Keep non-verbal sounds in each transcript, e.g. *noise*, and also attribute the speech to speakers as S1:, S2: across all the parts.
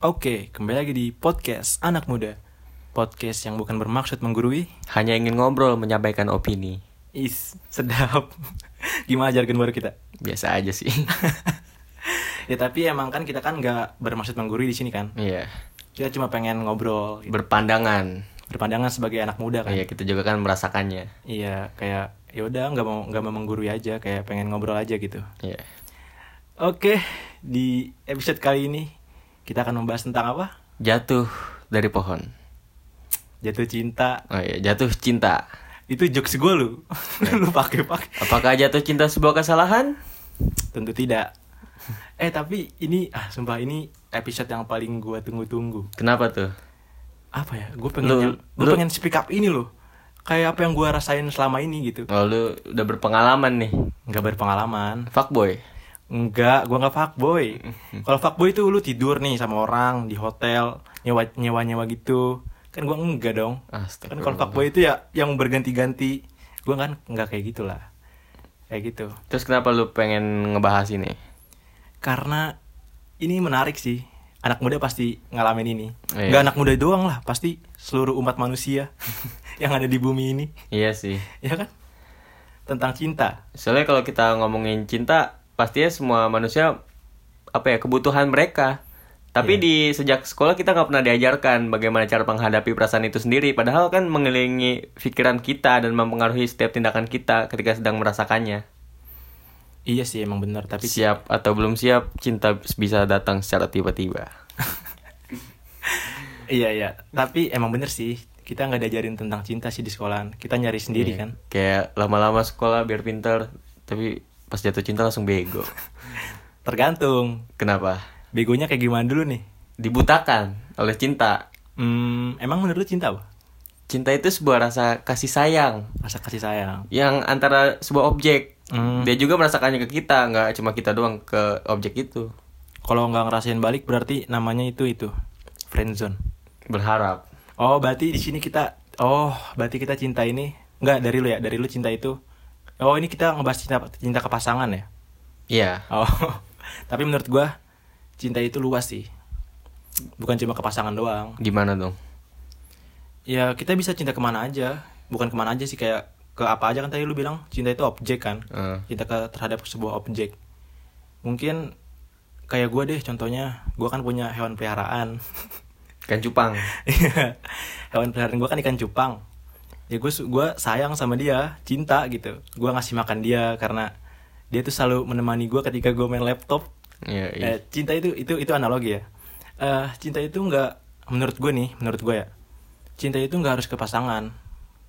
S1: Oke, kembali lagi di podcast Anak Muda. Podcast yang bukan bermaksud menggurui.
S2: Hanya ingin ngobrol menyampaikan opini.
S1: Is, sedap. *laughs* Gimana jargon baru kita? *laughs*
S2: Biasa aja sih.
S1: Ya tapi emang kan kita kan nggak bermaksud menggurui di sini kan.
S2: Iya.
S1: Kita cuma pengen ngobrol, gitu.
S2: Berpandangan.
S1: berpandangan sebagai anak muda kan.
S2: Iya, kita juga kan merasakannya.
S1: Iya, kayak ya udah nggak mau nggak mau menggurui aja, kayak pengen ngobrol aja gitu.
S2: Iya.
S1: Oke, di episode kali ini kita akan membahas tentang apa?
S2: Jatuh dari pohon.
S1: Jatuh cinta.
S2: Oh iya, jatuh cinta.
S1: Itu jokes gue lu. *laughs* lu pakai-pakai.
S2: Apakah jatuh cinta sebuah kesalahan?
S1: Tentu tidak. *laughs* Eh tapi ini ah sumpah ini episode yang paling gua tunggu-tunggu.
S2: Kenapa tuh?
S1: Apa ya? Gue pengen
S2: Lu-
S1: yang- gua
S2: lu-
S1: pengen speak up ini loh. Kayak apa yang gua rasain selama ini gitu.
S2: Oh, lu udah berpengalaman nih.
S1: Nggak berpengalaman.
S2: Fuckboy.
S1: Enggak, gua nggak fuckboy.
S2: *laughs*
S1: Kalau fuckboy itu lu tidur nih sama orang di hotel, nyewa nyewa nyewa gitu. Kan gua enggak dong. Kan kalau
S2: Astagfirullah.
S1: fuckboy itu ya yang berganti-ganti. Gua kan nggak kayak gitulah. Kayak gitu.
S2: Terus kenapa lu pengen ngebahas ini?
S1: karena ini menarik sih anak muda pasti ngalamin ini
S2: Iya.
S1: nggak anak muda doang lah pasti seluruh umat
S2: *laughs*
S1: manusia yang ada di bumi ini
S2: Iya sih.
S1: ya kan tentang cinta
S2: Soalnya kalau kita ngomongin cinta, pastinya semua manusia apa ya kebutuhan mereka.
S1: Iya.
S2: Tapi di sejak sekolah kita nggak pernah diajarkan bagaimana cara menghadapi perasaan itu sendiri. Padahal kan mengelilingi pikiran kita dan mempengaruhi setiap tindakan kita ketika sedang merasakannya.
S1: iya sih emang benar tapi
S2: Siap atau belum siap, cinta bisa datang secara tiba-tiba.
S1: iya iya tapi emang bener sih kita nggak diajarin tentang cinta sih di sekolahan kita nyari
S2: Iya.
S1: sendiri kan
S2: Kayak lama-lama sekolah biar pintar, tapi pas jatuh cinta langsung
S1: *laughs*
S2: bego.
S1: tergantung
S2: Kenapa?
S1: begonya kayak gimana dulu nih
S2: Dibutakan oleh cinta.
S1: hmm, emang menurut lu cinta apa
S2: Cinta itu sebuah rasa kasih sayang
S1: rasa kasih sayang
S2: yang antara sebuah objek
S1: Hmm.
S2: dia juga merasakannya ke kita nggak cuma kita doang ke objek itu
S1: kalau nggak ngerasain balik berarti namanya itu itu friendzone
S2: berharap
S1: Oh, berarti di sini kita Oh, berarti kita cinta ini enggak dari lu ya, dari lu cinta itu. Oh, ini kita ngebahas cinta cinta ke pasangan ya.
S2: iya
S1: Oh. *laughs* Tapi menurut gua cinta itu luas sih. Bukan cuma ke pasangan doang.
S2: gimana dong
S1: Ya, kita bisa cinta kemana aja. Bukan kemana aja sih kayak ke apa aja kan tadi lu bilang cinta itu objek kan.
S2: Eh,
S1: Cinta ke terhadap sebuah objek. Mungkin kayak gua deh contohnya, gua kan punya hewan peliharaan. *laughs* Kan
S2: ikan cupang
S1: Iya. hewan peliharaan gue kan ikan cupang ya gue gua sayang sama dia cinta gitu gue ngasih makan dia karena dia tuh selalu menemani gue ketika gue main laptop
S2: iya iya.
S1: Eh, cinta itu itu itu analogi ya Eh, cinta itu nggak menurut gue nih menurut gue ya cinta itu nggak harus ke pasangan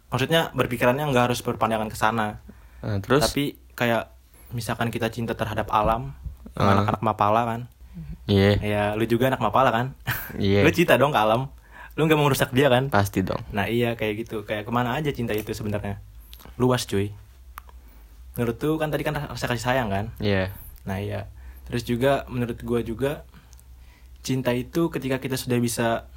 S1: maksudnya berpikirannya nggak harus berpandangan ke sana
S2: Eh, terus
S1: tapi kayak misalkan kita cinta terhadap alam sama
S2: Ah.
S1: anak-anak mapala kan
S2: iya
S1: ya lu juga anak mapala kan
S2: Iya.
S1: lu cinta dong ke alam lu nggak mau merusak dia kan
S2: pasti dong
S1: Nah iya kayak gitu Kayak kemana aja cinta itu sebenarnya Luas cuy Menurut tuh kan tadi kan rasa kasih sayang kan
S2: iya
S1: Nah iya Terus juga menurut gua juga Cinta itu ketika kita sudah bisa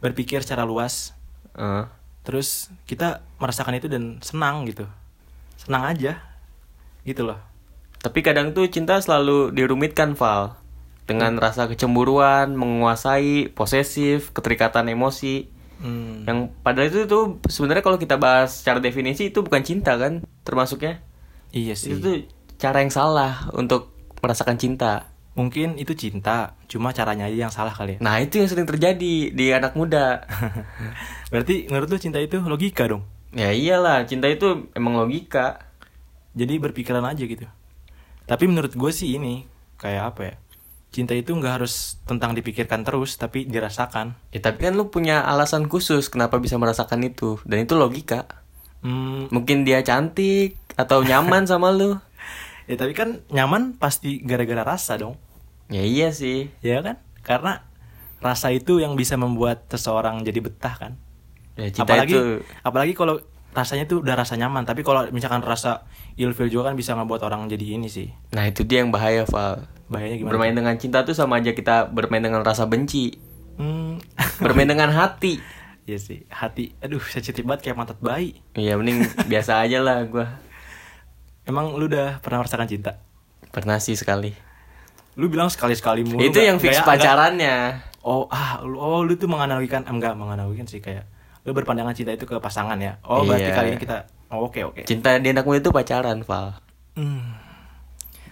S1: Berpikir secara luas
S2: Eh,
S1: Terus kita merasakan itu dan senang gitu Senang aja Gitu loh
S2: tapi kadang tuh cinta selalu dirumitkan Val
S1: Hmm.
S2: dengan rasa kecemburuan menguasai posesif keterikatan emosi
S1: Hmm.
S2: yang padahal itu tuh sebenarnya kalau kita bahas secara definisi itu bukan cinta kan termasuknya
S1: Iya sih
S2: Itu tuh cara yang salah untuk merasakan cinta.
S1: Mungkin itu cinta Cuma caranya aja yang salah kali ya
S2: Nah, itu yang sering terjadi di anak
S1: *laughs*
S2: muda.
S1: Berarti menurut lu cinta itu logika dong
S2: ya iyalah, cinta itu emang logika.
S1: jadi berpikiran aja gitu tapi menurut gue sih ini kayak apa ya cinta itu nggak harus tentang dipikirkan terus tapi dirasakan
S2: Ya, tapi kan lu punya alasan khusus kenapa bisa merasakan itu dan itu logika.
S1: hmm,
S2: Mungkin dia cantik atau
S1: *laughs*
S2: nyaman sama lu.
S1: ya tapi kan nyaman pasti gara-gara rasa dong
S2: Ya iya sih.
S1: ya kan karena rasa itu yang bisa membuat seseorang jadi betah kan
S2: Ya cinta
S1: apalagi
S2: itu
S1: apalagi kalau rasanya tuh udah rasa nyaman tapi kalau misalkan rasa ilfil juga kan bisa ngebuat orang jadi ini sih
S2: Nah, itu dia yang bahaya, Val.
S1: bahayanya gimana
S2: Bermain dengan cinta tuh sama aja kita bermain dengan rasa benci.
S1: hmm, *laughs*
S2: Bermain dengan hati.
S1: ya sih hati aduh sensitif banget kayak mantat bayi
S2: Iya, mending
S1: *laughs*
S2: biasa aja lah gua.
S1: emang lu udah pernah merasakan cinta
S2: Pernah sih sekali.
S1: Lu bilang sekali-sekali mulu.
S2: itu
S1: nggak-
S2: yang
S1: nggak
S2: fix
S1: ya, nggak-
S2: pacarannya
S1: Oh, ah, lu, oh, lu tuh menganalogikan ah, enggak menganalogikan sih kayak lu berpandangan cinta itu ke pasangan ya. Oh, berarti
S2: Iya.
S1: kali ini kita oh, oke oke.
S2: cinta di anak muda itu pacaran Val
S1: Hmm.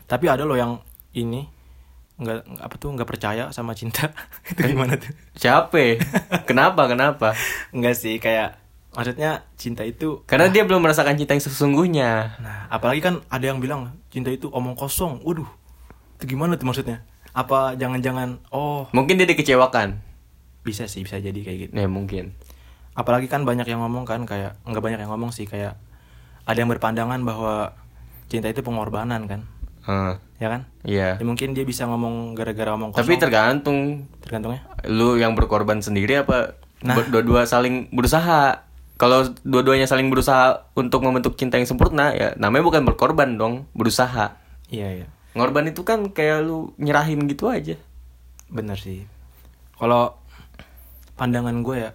S1: Tapi ada loh yang ini enggak apa tuh enggak percaya sama cinta. *laughs* itu gimana tuh?
S2: siapa
S1: *laughs*
S2: ya? kenapa kenapa
S1: Enggak sih kayak maksudnya cinta itu
S2: karena dia belum merasakan cinta yang sesungguhnya
S1: nah, apalagi kan ada yang bilang cinta itu omong kosong. Waduh. Itu gimana tuh maksudnya? Apa jangan-jangan oh,
S2: mungkin dia dikecewakan
S1: bisa sih bisa jadi kayak gitu.
S2: ya mungkin
S1: apalagi kan banyak yang ngomong kan kayak nggak banyak yang ngomong sih kayak ada yang berpandangan bahwa cinta itu pengorbanan kan
S2: Heeh.
S1: ya kan
S2: iya
S1: ya, mungkin dia bisa ngomong gara-gara omong kosong
S2: tapi tergantung
S1: tergantungnya
S2: lu yang berkorban sendiri apa
S1: Nah.
S2: berdua-dua saling berusaha kalau dua-duanya saling berusaha untuk membentuk cinta yang sempurna ya namanya bukan berkorban dong berusaha
S1: iya iya
S2: ngorban itu kan kayak lu nyerahin gitu aja
S1: bener sih kalau pandangan gue ya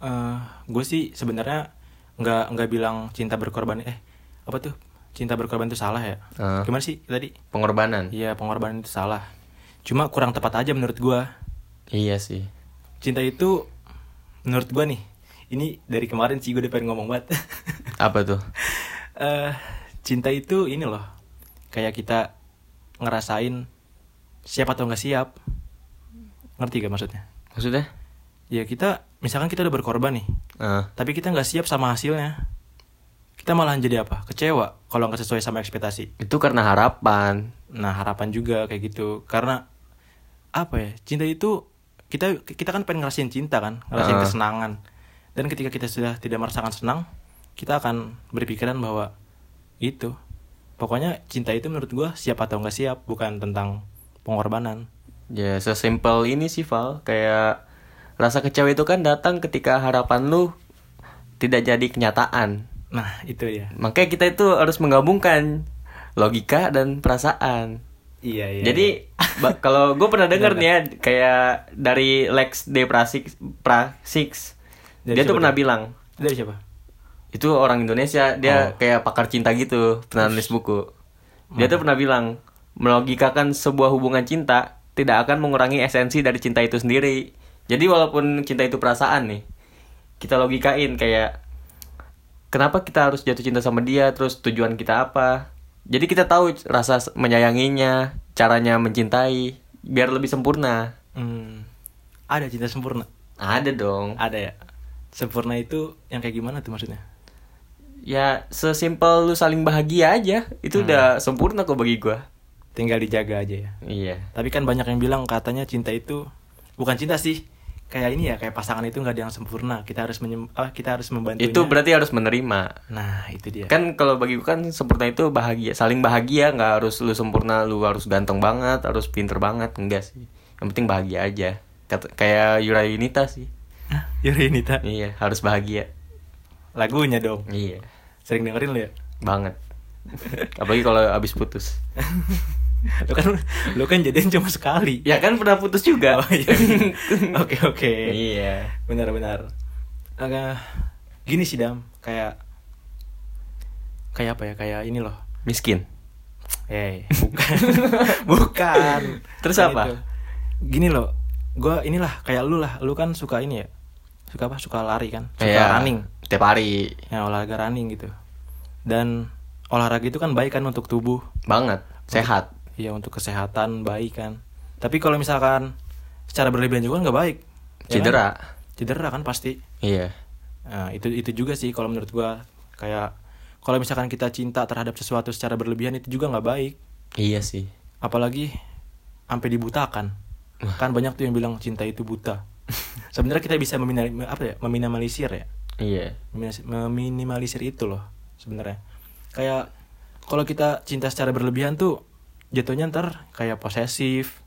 S1: eh gue sih sebenarnya nggak nggak bilang cinta berkorban eh apa tuh cinta berkorban itu salah ya
S2: Eh.
S1: gimana sih tadi
S2: pengorbanan
S1: iya pengorbanan itu salah cuma kurang tepat aja menurut gue
S2: iya sih
S1: cinta itu menurut gua nih ini dari kemarin sih gue udah pengen ngomong banget *laughs*
S2: apa tuh
S1: Eh, cinta itu ini loh kayak kita ngerasain siap atau nggak siap ngerti gak maksudnya
S2: maksudnya
S1: ya kita misalkan kita udah berkorban nih
S2: Eh,
S1: tapi kita nggak siap sama hasilnya kita malahan jadi apa kecewa kalau nggak sesuai sama ekspektasi
S2: itu karena harapan
S1: nah harapan juga kayak gitu karena apa ya cinta itu kita kita kan pengen ngerasain cinta kan ngerasain
S2: Heeh.
S1: kesenangan dan ketika kita sudah tidak merasakan senang kita akan berpikiran bahwa itu pokoknya cinta itu menurut gua siap atau nggak siap bukan tentang pengorbanan
S2: ya sesimpel ini sih Val kayak rasa kecewa itu kan datang ketika harapan lu tidak jadi kenyataan
S1: nah itu ya
S2: makanya kita itu harus menggabungkan logika dan perasaan
S1: iya iya
S2: Jadi ba- kalau gue pernah denger nih ya kayak dari Lex De Prasik Prasix
S1: Dari
S2: dia tuh
S1: siapa
S2: pernah
S1: tuh?
S2: bilang
S1: dari siapa
S2: itu orang Indonesia dia kayak pakar cinta gitu pernah nulis buku dia tuh pernah bilang melogikakan sebuah hubungan cinta tidak akan mengurangi esensi dari cinta itu sendiri jadi walaupun cinta itu perasaan nih kita logikain kayak kenapa kita harus jatuh cinta sama dia terus tujuan kita apa jadi kita tahu rasa s- menyayanginya caranya mencintai biar lebih sempurna
S1: Hmm, ada cinta sempurna
S2: ada dong
S1: ada ya sempurna itu yang kayak gimana tuh maksudnya
S2: ya sesimpel lu saling bahagia aja itu udah sempurna kok bagi gua
S1: tinggal dijaga aja ya
S2: iya
S1: Tapi kan banyak yang bilang katanya cinta itu bukan cinta sih. Kayak ini ya, kayak pasangan itu nggak ada yang sempurna. Kita harus menyem, ah, kita harus membantu.
S2: itu berarti harus menerima
S1: Nah, itu dia.
S2: kan kalau bagi gua kan sempurna itu bahagia saling bahagia nggak harus lu sempurna lu harus ganteng banget harus pinter banget enggak sih yang penting bahagia aja Kata- kayak Yura Yunita sih
S1: Hah, Yuri Yunita.
S2: iya harus bahagia
S1: Lagunya dong.
S2: iya
S1: Sering dengerin lu ya. *laughs*
S2: banget apalagi kalau abis putus
S1: lu kan lu kan jadian cuma
S2: *laughs*
S1: sekali.
S2: ya kan pernah putus juga
S1: Oh, iya. Oke, *laughs* oke.
S2: iya
S1: Benar-benar. Agak gini sih, Dam. Kayak kayak apa ya? Kayak ini loh.
S2: miskin
S1: Eh, bukan. *laughs* bukan.
S2: Terus
S1: Bukan
S2: apa?
S1: itu. Gini loh. Gua inilah kayak lu lah. Lu kan suka ini ya. Suka apa? Suka lari kan. Suka
S2: *laughs* Iya,
S1: running.
S2: tiap hari
S1: Ya olahraga running gitu. Dan olahraga itu kan baik kan untuk tubuh.
S2: banget sehat
S1: Ya untuk kesehatan baik kan. Tapi kalau misalkan secara berlebihan juga kan nggak baik. ya kan?
S2: cedera
S1: Cedera kan pasti.
S2: iya
S1: Nah, itu itu juga sih kalau menurut gua kayak kalau misalkan kita cinta terhadap sesuatu secara berlebihan itu juga nggak baik.
S2: iya sih
S1: apalagi sampai dibutakan kan banyak tuh yang bilang cinta itu *laughs* buta sebenarnya kita bisa meminali- apa ya meminimalisir ya
S2: iya
S1: Meminis- meminimalisir itu loh sebenarnya kayak kalau kita cinta secara berlebihan tuh jatuhnya ntar kayak posesif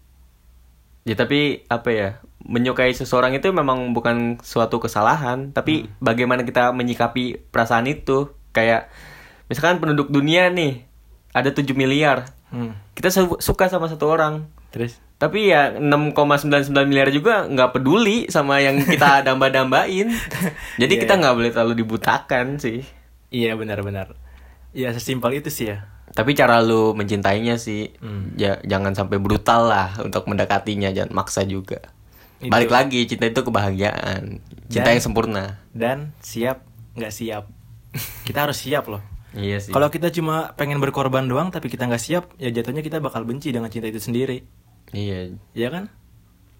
S2: Ya tapi apa ya menyukai seseorang itu memang bukan suatu kesalahan tapi bagaimana kita menyikapi perasaan itu kayak misalkan penduduk dunia nih ada 7 miliar
S1: hmm.
S2: kita su- suka sama satu orang
S1: terus
S2: tapi ya 6,99 miliar juga nggak peduli sama yang kita damba-dambain jadi kita nggak boleh terlalu dibutakan sih
S1: iya benar-benar ya sesimpel itu sih ya
S2: Tapi cara lu mencintainya sih
S1: Hmm.
S2: ja- jangan sampai brutal lah untuk mendekatinya, jangan maksa juga.
S1: Itu.
S2: Balik lagi, cinta itu kebahagiaan,
S1: Dan-
S2: cinta yang sempurna.
S1: Dan siap nggak *laughs* siap. Kita harus siap loh.
S2: Iya sih.
S1: Kalau kita cuma pengen berkorban doang tapi kita nggak siap, ya jatuhnya kita bakal benci dengan cinta itu sendiri.
S2: iya,
S1: Ya kan?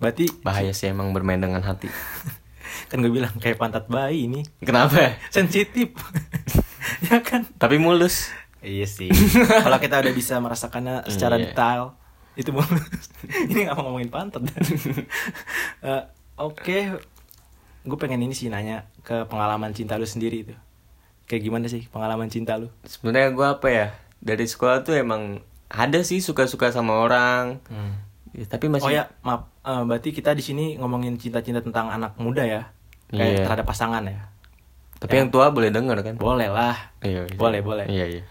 S1: Berarti
S2: bahaya sih emang bermain dengan hati. *laughs*
S1: kan gue bilang kayak pantat bayi ini
S2: Kenapa?
S1: *laughs* sensitif. ya kan?
S2: Tapi mulus.
S1: Iya *laughs* sih. Kalau kita udah bisa merasakannya secara
S2: Iya.
S1: detail, itu mulus. *laughs* ini nggak mau ngomongin pantat. *laughs* Eh, Oke, gue pengen ini sih nanya ke pengalaman cinta lu sendiri itu. Kayak gimana sih pengalaman cinta lu?
S2: Sebenarnya gue apa ya? Dari sekolah tuh emang ada sih suka-suka sama orang. Ya, tapi masih
S1: Oh ya, maaf. Eh, berarti kita di sini ngomongin cinta-cinta tentang anak muda ya, kayak
S2: Iya.
S1: terhadap pasangan ya.
S2: Tapi yang tua boleh denger kan?
S1: Boleh lah.
S2: Iya, iya.
S1: Ya. Boleh, boleh.
S2: Iya, iya.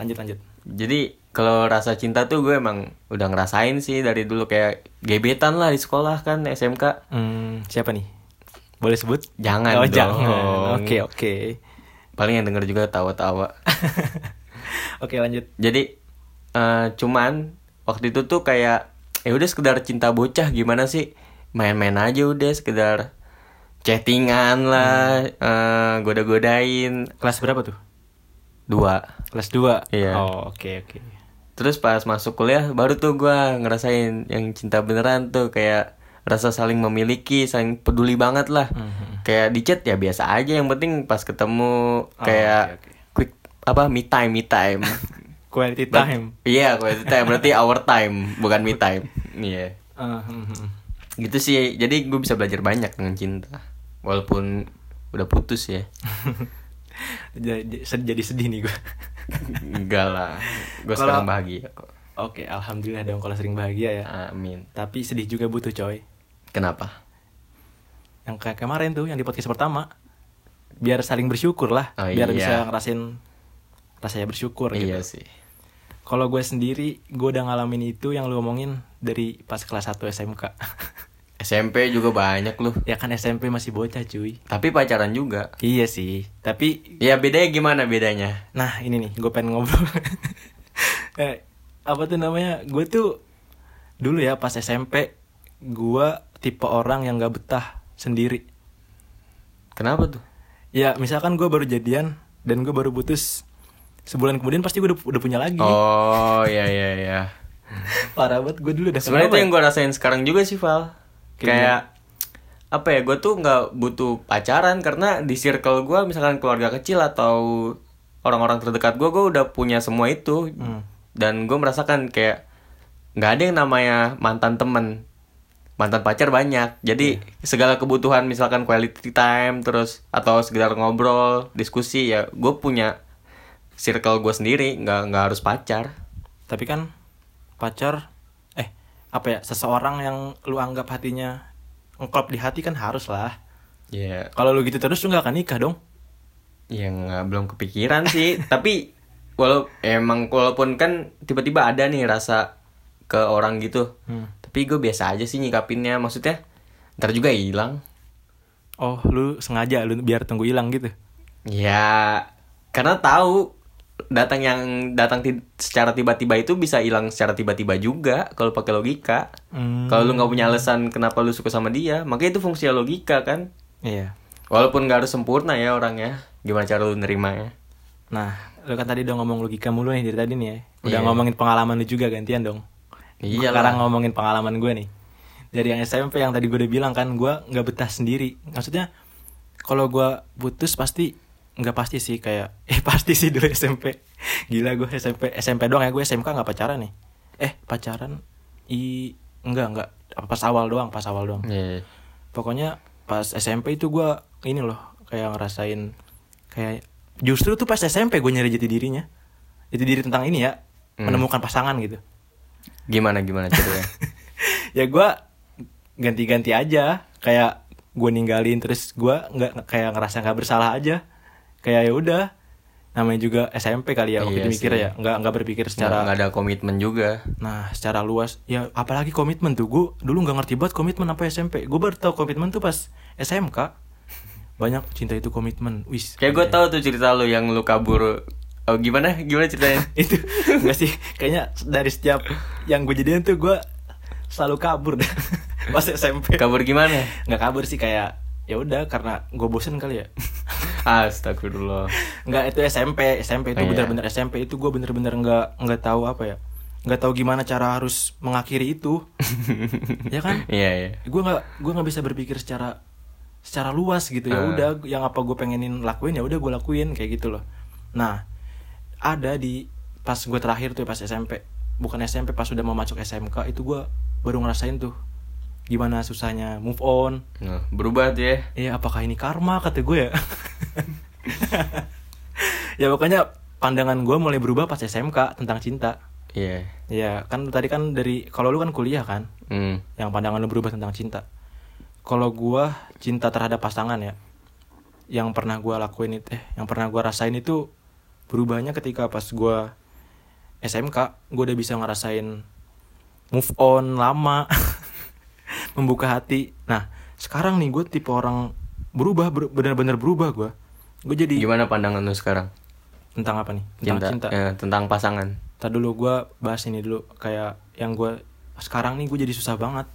S1: Lanjut lanjut.
S2: Jadi kalau rasa cinta tuh gue emang udah ngerasain sih dari dulu kayak gebetan lah di sekolah kan SMK.
S1: Hmm, siapa nih? Boleh sebut?
S2: Jangan
S1: Oh,
S2: dong.
S1: jangan. Oke, oke.
S2: *laughs* Paling yang denger juga tawa-tawa.
S1: Oke, lanjut.
S2: Jadi eh, cuman waktu itu tuh kayak ya udah sekedar cinta bocah gimana sih? Main-main aja udah sekedar chattingan lah, eh, goda-godain
S1: Kelas berapa tuh?
S2: dua.
S1: Kelas 2?
S2: Iya.
S1: Oh, oke, oke.
S2: Terus pas masuk kuliah baru tuh gua ngerasain yang cinta beneran tuh kayak rasa saling memiliki, saling peduli banget lah.
S1: Mhm.
S2: Kayak di chat ya biasa aja yang penting pas ketemu kayak
S1: Oh, oke, oke.
S2: quick apa me time me time.
S1: *laughs* Quality time.
S2: Iya, kalau itu time berarti our time, bukan me time. Iya.
S1: Eh, hmm, hmm. *laughs*
S2: Gitu sih. Jadi gue bisa belajar banyak dengan cinta. Walaupun udah putus
S1: *laughs*
S2: ya.
S1: jadi, jadi sedih nih gue.
S2: Enggak lah. Gue
S1: Kalau-
S2: sekarang bahagia kok.
S1: *laughs* oke, alhamdulillah dong kalau sering bahagia ya.
S2: Amin.
S1: Tapi sedih juga butuh coy.
S2: Kenapa?
S1: Yang kayak kemarin tuh yang di podcast pertama. Biar saling bersyukur lah,
S2: Oh,
S1: biar
S2: iya.
S1: bisa ngerasain rasanya bersyukur gitu.
S2: Iya sih.
S1: Kalau gue sendiri, gue udah ngalamin itu yang lu omongin dari pas kelas 1 SMK.
S2: SMP juga banyak loh.
S1: *laughs* ya kan SMP masih bocah cuy.
S2: Tapi pacaran juga.
S1: Iya sih, tapi
S2: Ya bedanya gimana bedanya?
S1: Nah ini nih gue pengen ngobrol *laughs* eh, Apa tuh namanya Gue tuh Dulu ya pas SMP Gue tipe orang yang gak betah sendiri
S2: Kenapa tuh?
S1: Ya misalkan gue baru jadian Dan gue baru putus Sebulan kemudian pasti gue udah, udah punya lagi
S2: Oh ya ya ya.
S1: *laughs* Parah banget gue dulu udah
S2: Sebenarnya itu
S1: kenapa ya?
S2: yang gue rasain sekarang juga sih Val.
S1: Kayak
S2: Kayak apa ya? Gue tuh nggak butuh pacaran karena di circle gue misalkan keluarga kecil atau orang-orang terdekat gue, gue udah punya semua itu.
S1: Hmm.
S2: Dan gue merasakan kayak nggak ada yang namanya mantan temen mantan pacar banyak jadi
S1: Iya.
S2: segala kebutuhan misalkan quality time terus atau sekedar ngobrol diskusi ya gue punya circle gue sendiri nggak nggak harus pacar
S1: Tapi kan pacar Eh apa ya Seseorang yang lu anggap hatinya Ngklop di hati kan harus lah
S2: ya
S1: Kalau lu gitu terus lu gak akan nikah dong
S2: yang Ya, belum kepikiran sih tapi walau emang walaupun kan tiba-tiba ada nih rasa ke orang gitu tapi gue biasa aja sih nyikapinnya maksudnya ntar juga hilang
S1: Oh lu sengaja lu biar tunggu hilang gitu
S2: Ya, karena tahu datang yang datang ti- secara tiba-tiba itu bisa hilang secara tiba-tiba juga kalau pakai logika.
S1: Hmm.
S2: Kalau lu nggak punya alasan kenapa lu suka sama dia, makanya itu fungsi logika kan.
S1: Iya.
S2: Walaupun nggak harus sempurna ya orangnya, gimana cara lu nerimanya?
S1: Nah, lu kan tadi udah ngomong logika mulu nih dari tadi nih ya. Udah
S2: Iya.
S1: ngomongin pengalaman lu juga gantian dong.
S2: Iya
S1: Sekarang ngomongin pengalaman gue nih. Dari yang SMP yang tadi gue udah bilang kan, gue nggak betah sendiri. Maksudnya, kalau gue putus pasti nggak pasti sih kayak *laughs* eh pasti sih dulu SMP gila gue SMP SMP doang ya gue SMK nggak pacaran nih eh pacaran i enggak enggak pas awal doang pas awal doang
S2: Iya.
S1: pokoknya pas SMP itu gua ini loh kayak ngerasain kayak justru tuh pas SMP gue nyari jati dirinya jati diri tentang ini ya
S2: Hmm.
S1: menemukan pasangan gitu *laughs*
S2: Gimana gimana caranya?
S1: ya gua ganti-ganti aja kayak gue ninggalin terus gua nggak kayak ngerasa nggak bersalah aja kayak ya udah namanya juga SMP kali ya waktu
S2: Iya
S1: dimikir
S2: sih.
S1: ya nggak nggak berpikir
S2: Nggak
S1: secara
S2: nggak ada komitmen juga.
S1: Nah, secara luas ya apalagi komitmen tuh gue dulu nggak ngerti banget komitmen apa SMP. Gue baru tahu komitmen tuh pas SMK. Banyak cinta itu komitmen. Wis.
S2: Iya. Kayak gue tahu tuh cerita lu yang lu kabur Oh, gimana? Gimana *laughs* ceritanya?
S1: Iya. *laughs* itu enggak sih kayaknya dari setiap yang gue jadian tuh gue selalu kabur *laughs* dah pas SMP
S2: Kabur gimana?
S1: nggak kabur sih kayak ya udah karena gue bosen kali ya *laughs*
S2: Astagfirullah.
S1: nggak itu SMP SMP itu
S2: Oh, iya.
S1: bener-bener SMP itu gue bener-bener nggak nggak tahu apa ya nggak tahu gimana cara harus mengakhiri
S2: *laughs*
S1: itu ya kan
S2: Iya, iya.
S1: gue nggak gue nggak bisa berpikir secara secara luas gitu ya
S2: Ah.
S1: udah yang apa gue pengenin lakuin ya udah gue lakuin kayak gitu loh nah ada di pas gue terakhir tuh pas SMP bukan SMP pas udah mau masuk SMK itu gue baru ngerasain tuh gimana susahnya move on
S2: Nah, berubah tuh ya.
S1: ya apakah ini karma kata gue ya *laughs* ya pokoknya pandangan gue mulai berubah pas SMK tentang cinta
S2: Iya.
S1: ya kan tadi kan dari kalau lu kan kuliah kan
S2: Hmm.
S1: yang pandangan lu berubah tentang cinta. Kalau gua cinta terhadap pasangan ya, yang pernah gua lakuin itu, eh, yang pernah gua rasain itu berubahnya ketika pas gua SMK, gua udah bisa ngerasain move on lama, *laughs* membuka hati. Nah, sekarang nih gue tipe orang berubah, ber- bener-bener berubah gua. Gue jadi
S2: Gimana pandangan lu sekarang?
S1: tentang apa nih? Tentang
S2: Cinta.
S1: cinta.
S2: Eh, tentang pasangan.
S1: Tadi dulu gue bahas ini dulu kayak yang gue sekarang nih gue jadi susah banget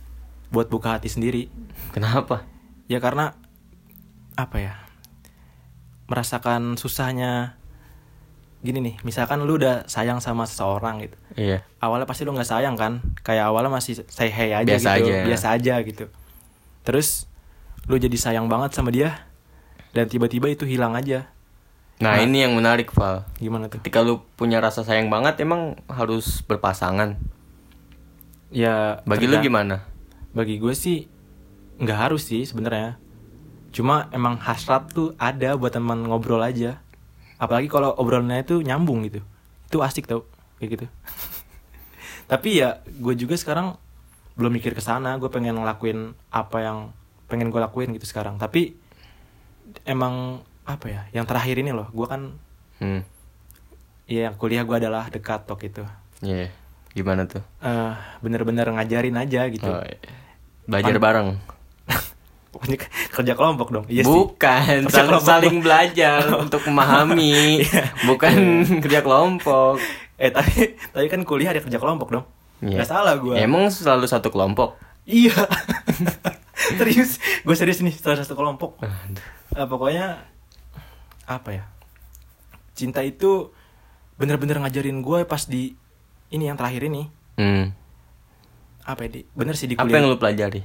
S1: buat buka hati sendiri.
S2: Kenapa?
S1: Ya karena apa ya? Merasakan susahnya gini nih, misalkan lu udah sayang sama seseorang gitu.
S2: Iya.
S1: Awalnya pasti lu nggak sayang kan? Kayak awalnya masih say hey aja
S2: Biasa
S1: gitu,
S2: aja.
S1: biasa aja gitu. Terus lu jadi sayang banget sama dia dan tiba-tiba itu hilang aja.
S2: Nah, ini yang menarik, Val.
S1: Gimana tuh?
S2: Ketika lu punya rasa sayang banget, emang harus berpasangan.
S1: Ya
S2: Bagi lu
S1: terga-
S2: gimana?
S1: bagi gue sih nggak harus sih sebenarnya cuma emang hasrat tuh ada buat teman ngobrol aja apalagi kalau obrolannya itu nyambung gitu itu asik tau kayak gitu *laughs* tapi ya gue juga sekarang belum mikir ke sana gue pengen ngelakuin apa yang pengen gue lakuin gitu sekarang tapi emang apa ya yang terakhir ini loh gue kan
S2: Hmm.
S1: ya kuliah gue adalah dekat tok itu
S2: Iya. Gimana tuh?
S1: eh bener-bener ngajarin aja gitu
S2: Oh, iya. Belajar bareng.
S1: Pokoknya *laughs* ke- kerja kelompok dong iya sih Kerja
S2: bukan saling,
S1: kelompok. Iya.
S2: saling
S1: *laughs*
S2: belajar untuk memahami, bukan kerja kelompok.
S1: Eh tapi tapi kan kuliah ada kerja kelompok dong.
S2: Iya.
S1: Nggak salah gue.
S2: Emang selalu satu kelompok.
S1: Iya. *laughs* serius, gue serius nih salah satu kelompok.
S2: Ah.
S1: Eh, pokoknya apa ya? Cinta itu bener-bener ngajarin gue pas di ini yang terakhir ini
S2: Hmm.
S1: apa ya di bener sih di
S2: Apa yang
S1: kuliah.
S2: lu pelajari?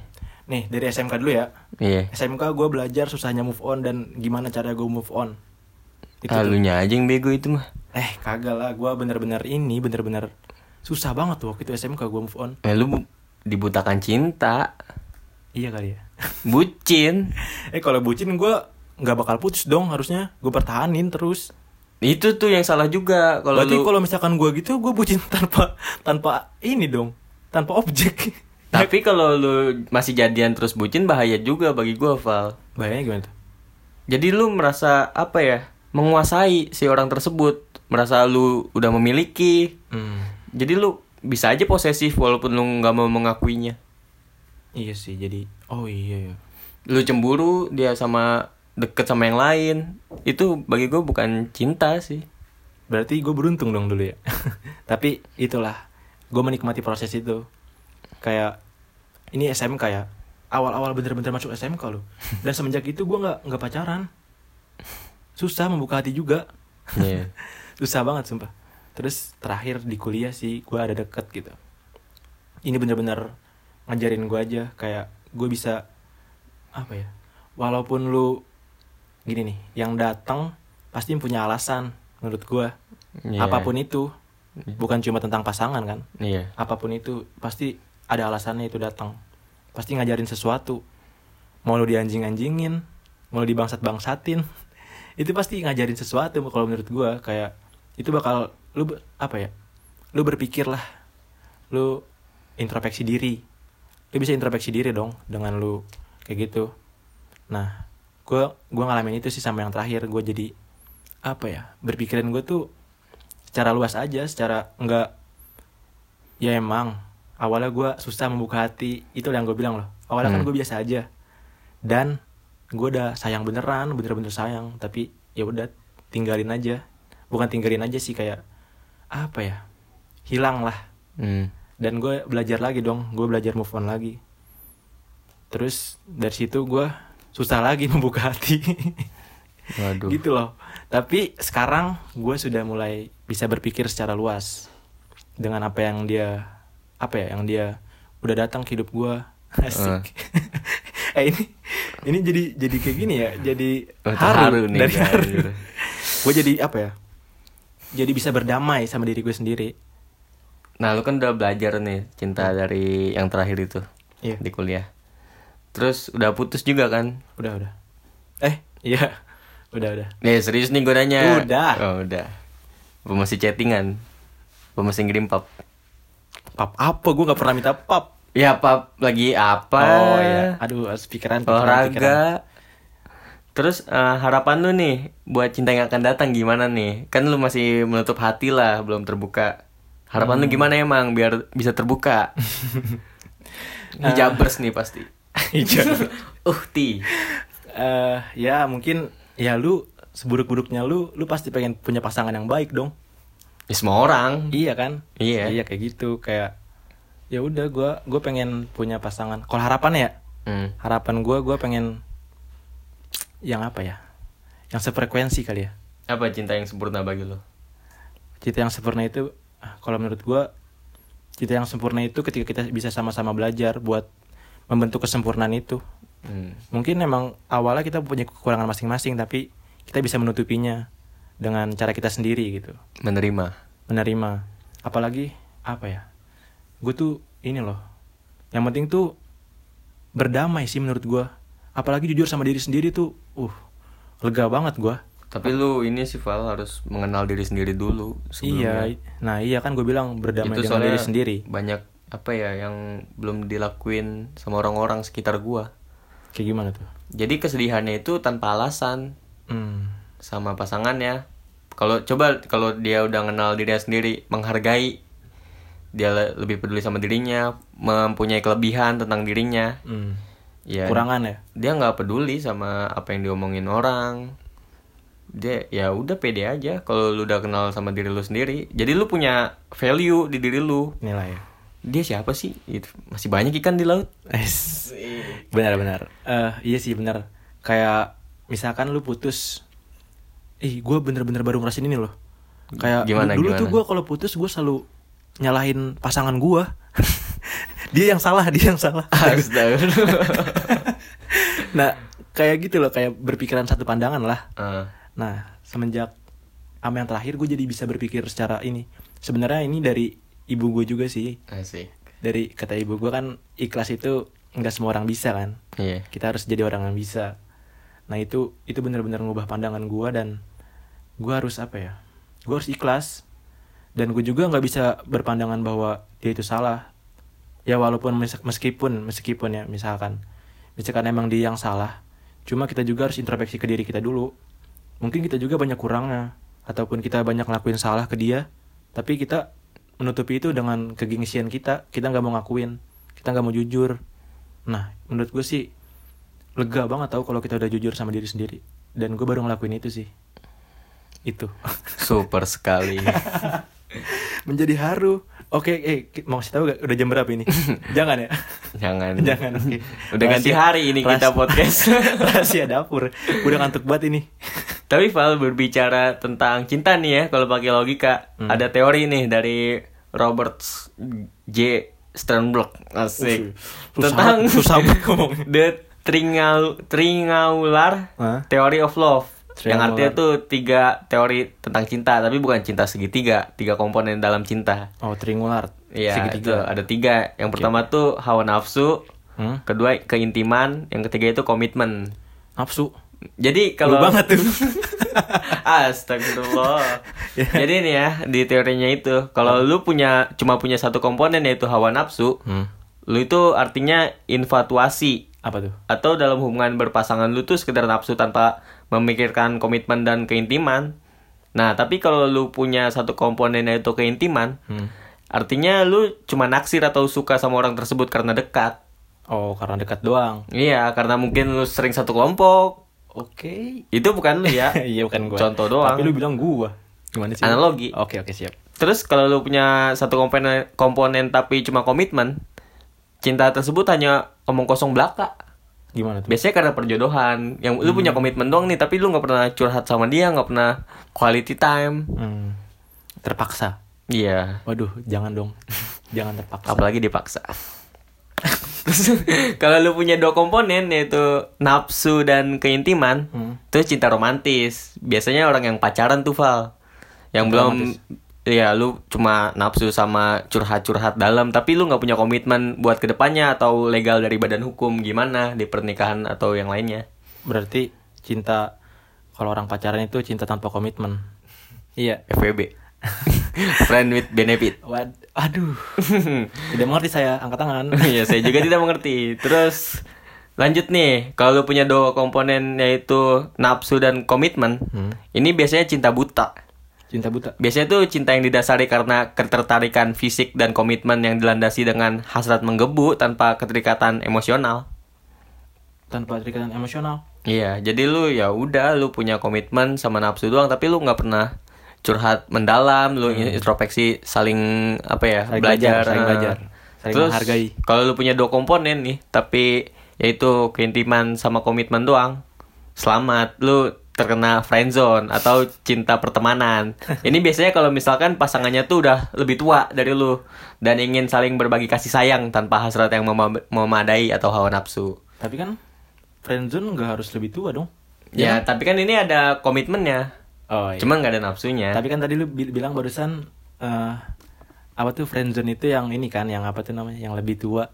S1: Nih dari SMK dulu ya.
S2: Iya.
S1: SMK gue belajar susahnya move on dan gimana cara gue move on. Itu tuh.
S2: Halunya aja yang bego itu mah.
S1: Eh kagak lah, gue bener-bener ini bener-bener susah banget tuh waktu itu SMK gue move on.
S2: Eh, lu bu- dibutakan cinta,
S1: Iya kali ya.
S2: bucin.
S1: Eh kalau bucin gue nggak bakal putus dong harusnya gue pertahanin terus.
S2: Itu tuh yang salah juga kalau
S1: Berarti
S2: lu
S1: kalau misalkan gue gitu gue bucin *laughs* tanpa tanpa ini dong, tanpa objek.
S2: Tapi kalau lu masih jadian terus bucin bahaya juga bagi gua, Val.
S1: Bahayanya gimana tuh?
S2: Jadi lu merasa apa ya? Menguasai si orang tersebut, merasa lu udah memiliki.
S1: Hmm,
S2: Jadi lu bisa aja posesif walaupun lu nggak mau mengakuinya.
S1: Iya sih jadi oh iya ya.
S2: Lu cemburu dia sama deket sama yang lain. Itu bagi gua bukan cinta sih.
S1: Berarti gue beruntung dong dulu ya. *laughs* Tapi itulah gue menikmati proses itu. Kayak ini SMK ya. Awal-awal bener-bener masuk SMK loh. *laughs* Dan semenjak itu gue nggak nggak pacaran. Susah membuka hati juga.
S2: Iya.
S1: *laughs* susah banget sumpah terus terakhir di kuliah sih gue ada deket gitu ini bener-bener ngajarin gue aja kayak gue bisa apa ya walaupun lu gini nih yang datang pasti punya alasan menurut gue
S2: Iya.
S1: apapun itu bukan cuma tentang pasangan kan
S2: Iya.
S1: apapun itu pasti ada alasannya itu datang pasti ngajarin sesuatu mau lu dianjing-anjingin mau lu dibangsat-bangsatin *laughs* itu pasti ngajarin sesuatu kalau menurut gua kayak itu bakal lu be- apa ya lu berpikir lah lu introspeksi diri lu bisa introspeksi diri dong dengan lu kayak gitu nah gua gua ngalamin itu sih sama yang terakhir gua jadi apa ya berpikiran gue tuh secara luas aja secara nggak Ya emang awalnya gue susah membuka hati itu yang gue bilang loh. Awalnya kan
S2: Hmm.
S1: gue biasa aja dan gue udah sayang beneran bener-bener sayang tapi ya udah tinggalin aja bukan tinggalin aja sih kayak apa ya hilang lah
S2: Hmm.
S1: dan gue belajar lagi dong gue belajar move on lagi terus dari situ gue susah lagi *laughs* membuka hati
S2: Waduh.
S1: gitu loh tapi sekarang gue sudah mulai bisa berpikir secara luas dengan apa yang dia apa ya yang dia udah datang ke hidup gue asik *laughs* eh ini ini jadi jadi kayak gini ya jadi
S2: Oh, terharu
S1: haru
S2: nih, gitu.
S1: dari
S2: guys.
S1: haru *laughs* gue jadi apa ya jadi bisa berdamai sama diri gue sendiri
S2: Nah, lu kan udah belajar nih cinta dari yang terakhir itu
S1: Iya.
S2: di kuliah. Terus udah putus juga kan?
S1: Udah, udah. Eh, iya. Udah, udah.
S2: Nih Eh, serius nih gue nanya.
S1: Udah.
S2: Oh, udah. Apa masih chattingan? Apa masih ngirim pap?
S1: Pap apa? Gue gak pernah minta pap.
S2: Ya pap lagi apa?
S1: Oh, iya. Aduh, harus pikiran, pikiran, pikiran.
S2: Olahraga. Kan Terus eh, harapan lu nih buat cinta yang akan datang gimana nih? Kan lu masih menutup hati lah, belum terbuka. Harapan lu gimana emang biar bisa terbuka? Ini jabers nih pasti.
S1: Hijau.
S2: *laughs* Uh, ti.
S1: Eh, ya mungkin ya lu seburuk-buruknya lu lu pasti pengen punya pasangan yang baik dong.
S2: Ya, semua orang.
S1: Iya kan?
S2: Iya.
S1: Iya kayak gitu, kayak ya udah gua gua pengen punya pasangan. Kalau harapan ya,
S2: Hmm.
S1: harapan gua gua pengen yang apa ya? Yang sefrekuensi kali ya.
S2: Apa cinta yang sempurna bagi lu?
S1: cita yang sempurna itu ah, kalau menurut gua cita yang sempurna itu ketika kita bisa sama-sama belajar buat membentuk kesempurnaan itu
S2: Hmm.
S1: mungkin emang awalnya kita punya kekurangan masing-masing tapi kita bisa menutupinya dengan cara kita sendiri gitu
S2: Menerima.
S1: menerima apalagi apa ya gue tuh ini loh yang penting tuh berdamai sih menurut gua apalagi jujur sama diri sendiri tuh uh lega banget gua
S2: Tapi lu ini sih Val harus mengenal diri sendiri dulu sebelumnya.
S1: iya nah iya kan gue bilang berdamai dengan
S2: itu soalnya
S1: diri sendiri
S2: banyak apa ya yang belum dilakuin sama orang-orang sekitar gua.
S1: kayak gimana tuh
S2: Jadi kesedihannya itu tanpa alasan
S1: Hmm.
S2: sama pasangannya. Kalau coba kalau dia udah kenal dirinya sendiri, menghargai dia le- lebih peduli sama dirinya, mempunyai kelebihan tentang dirinya.
S1: Hmm.
S2: Ya,
S1: Kurangan ya.
S2: dia nggak peduli sama apa yang diomongin orang dia ya udah pede aja kalau lu udah kenal sama diri lu sendiri jadi lu punya value di diri lu
S1: Nilai. ya.
S2: dia siapa sih Itu, masih banyak ikan di laut
S1: Benar-benar. Eh iya sih benar. Kayak misalkan lu putus. Ih, gue bener-bener baru ngerasain ini loh. Kayak
S2: Gimana,
S1: dulu
S2: gimana?
S1: tuh gue kalau putus gue selalu nyalahin pasangan gue. *laughs* dia yang salah, dia yang salah.
S2: Ah, Astagfirullah.
S1: *laughs* nah, kayak gitu loh, kayak berpikiran satu pandangan lah.
S2: *laughs* Ah,
S1: Nah, semenjak sama yang terakhir gue jadi bisa berpikir secara ini. Sebenarnya ini dari ibu gue juga sih.
S2: asik
S1: dari kata ibu gue kan ikhlas itu nggak semua orang bisa kan
S2: iya
S1: kita harus jadi orang yang bisa nah itu itu benar-benar ngubah pandangan gue dan gue harus apa ya gue harus ikhlas dan gue juga nggak bisa berpandangan bahwa dia itu salah ya walaupun mes- meskipun meskipun ya misalkan misalkan emang dia yang salah cuma kita juga harus introspeksi ke diri kita dulu mungkin kita juga banyak kurangnya ataupun kita banyak ngelakuin salah ke dia tapi kita menutupi itu dengan kegengsian kita kita nggak mau ngakuin kita nggak mau jujur nah menurut gue sih lega banget tau kalau kita udah jujur sama diri sendiri dan gue baru ngelakuin itu sih itu *laughs*
S2: super sekali
S1: menjadi haru oke eh ki- mau kasih tahu gak udah jam berapa
S2: *laughs*
S1: ini jangan ya
S2: jangan
S1: *laughs* jangan ya. oke.
S2: udah ganti
S1: Rahasia-
S2: hari ini kita
S1: rahasia-
S2: podcast
S1: *laughs* rahasia dapur udah ngantuk banget ini
S2: Tapi Val berbicara tentang cinta nih ya, kalau pakai logika,
S1: Hmm.
S2: ada teori nih dari Robert J. Sternberg, asik.
S1: Susah-
S2: tentang
S1: *laughs* susah banget ngomongnya.
S2: *laughs* the tringal tringaular
S1: Hah?
S2: theory of love. Yang
S1: Triangular.
S2: artinya tuh tiga teori tentang cinta, tapi bukan cinta segitiga, tiga komponen dalam cinta.
S1: oh triangular
S2: Iya, itu
S1: segitiga
S2: ada tiga. Yang pertama tuh hawa nafsu,
S1: Hmm?
S2: kedua keintiman, yang ketiga itu komitmen.
S1: nafsu
S2: Jadi
S1: kalau
S2: kalau
S1: banget tuh
S2: *laughs* Astagfirullah. Jadi nih ya di teorinya itu kalau lu punya cuma punya satu komponen yaitu hawa nafsu,
S1: Hmm.
S2: lu itu artinya infatuasi
S1: apa tuh
S2: atau dalam hubungan berpasangan lu tuh sekedar nafsu tanpa memikirkan komitmen dan keintiman. Nah, tapi kalau lu punya satu komponen yaitu keintiman,
S1: Hmm.
S2: artinya lu cuma naksir atau suka sama orang tersebut karena dekat.
S1: oh karena dekat doang
S2: Iya, karena mungkin lu sering satu kelompok.
S1: oke
S2: Itu bukan lu ya.
S1: *laughs* iya bukan gua
S2: Contoh doang.
S1: tapi lu bilang gua Gimana sih?
S2: Analogi.
S1: Oke, oke, siap.
S2: Terus kalau lu punya satu komponen komponen tapi cuma komitmen, cinta tersebut hanya omong kosong belaka.
S1: Gimana tuh?
S2: Biasanya karena perjodohan. Yang lu punya komitmen doang nih, tapi lu nggak pernah curhat sama dia, nggak pernah quality time.
S1: Hmm, terpaksa.
S2: Iya.
S1: Waduh, jangan dong. *laughs* jangan terpaksa.
S2: apalagi dipaksa. *laughs* Terus kalau lu punya dua komponen yaitu nafsu dan keintiman,
S1: Hmm.
S2: terus cinta romantis. Biasanya orang yang pacaran tuh Val. Yang belum ya lu cuma nafsu sama curhat-curhat dalam tapi lu nggak punya komitmen buat kedepannya atau legal dari badan hukum gimana di pernikahan atau yang lainnya
S1: Berarti cinta kalau orang pacaran itu cinta tanpa komitmen. Iya.
S2: FWB *laughs* friend with benefit *laughs*
S1: Wad, aduh. Tidak mengerti saya, angkat tangan.
S2: *laughs* Iya, saya juga tidak mengerti. Terus lanjut nih, kalau lu punya dua komponen yaitu nafsu dan komitmen, ini biasanya cinta buta.
S1: Cinta buta.
S2: Biasanya tuh cinta yang didasari karena ketertarikan fisik dan komitmen yang dilandasi dengan hasrat menggebu tanpa keterikatan emosional.
S1: Tanpa terikat emosional.
S2: Iya, jadi lu ya udah lu punya komitmen sama nafsu doang tapi lu nggak pernah curhat mendalam, lu introspeksi saling apa ya,
S1: Hmm. Saling
S2: belajar,
S1: belajar, saling
S2: eh.
S1: belajar, saling
S2: Terus
S1: menghargai.
S2: kalau lu punya dua komponen nih, tapi yaitu keintiman sama komitmen doang. Selamat lu terkena friendzone atau cinta
S1: *laughs*
S2: pertemanan. Ini biasanya kalau misalkan pasangannya tuh udah lebih tua dari lu dan ingin saling berbagi kasih sayang tanpa hasrat yang mema- memadai atau hawa nafsu.
S1: Tapi kan friendzone nggak harus lebih tua dong.
S2: Ya, tapi kan ini ada komitmennya.
S1: Oh
S2: Cuman nggak ada nafsunya.
S1: Tapi kan tadi lu bi- bilang barusan eh apa tuh friendzone itu yang ini kan, yang apa tuh namanya, yang lebih tua,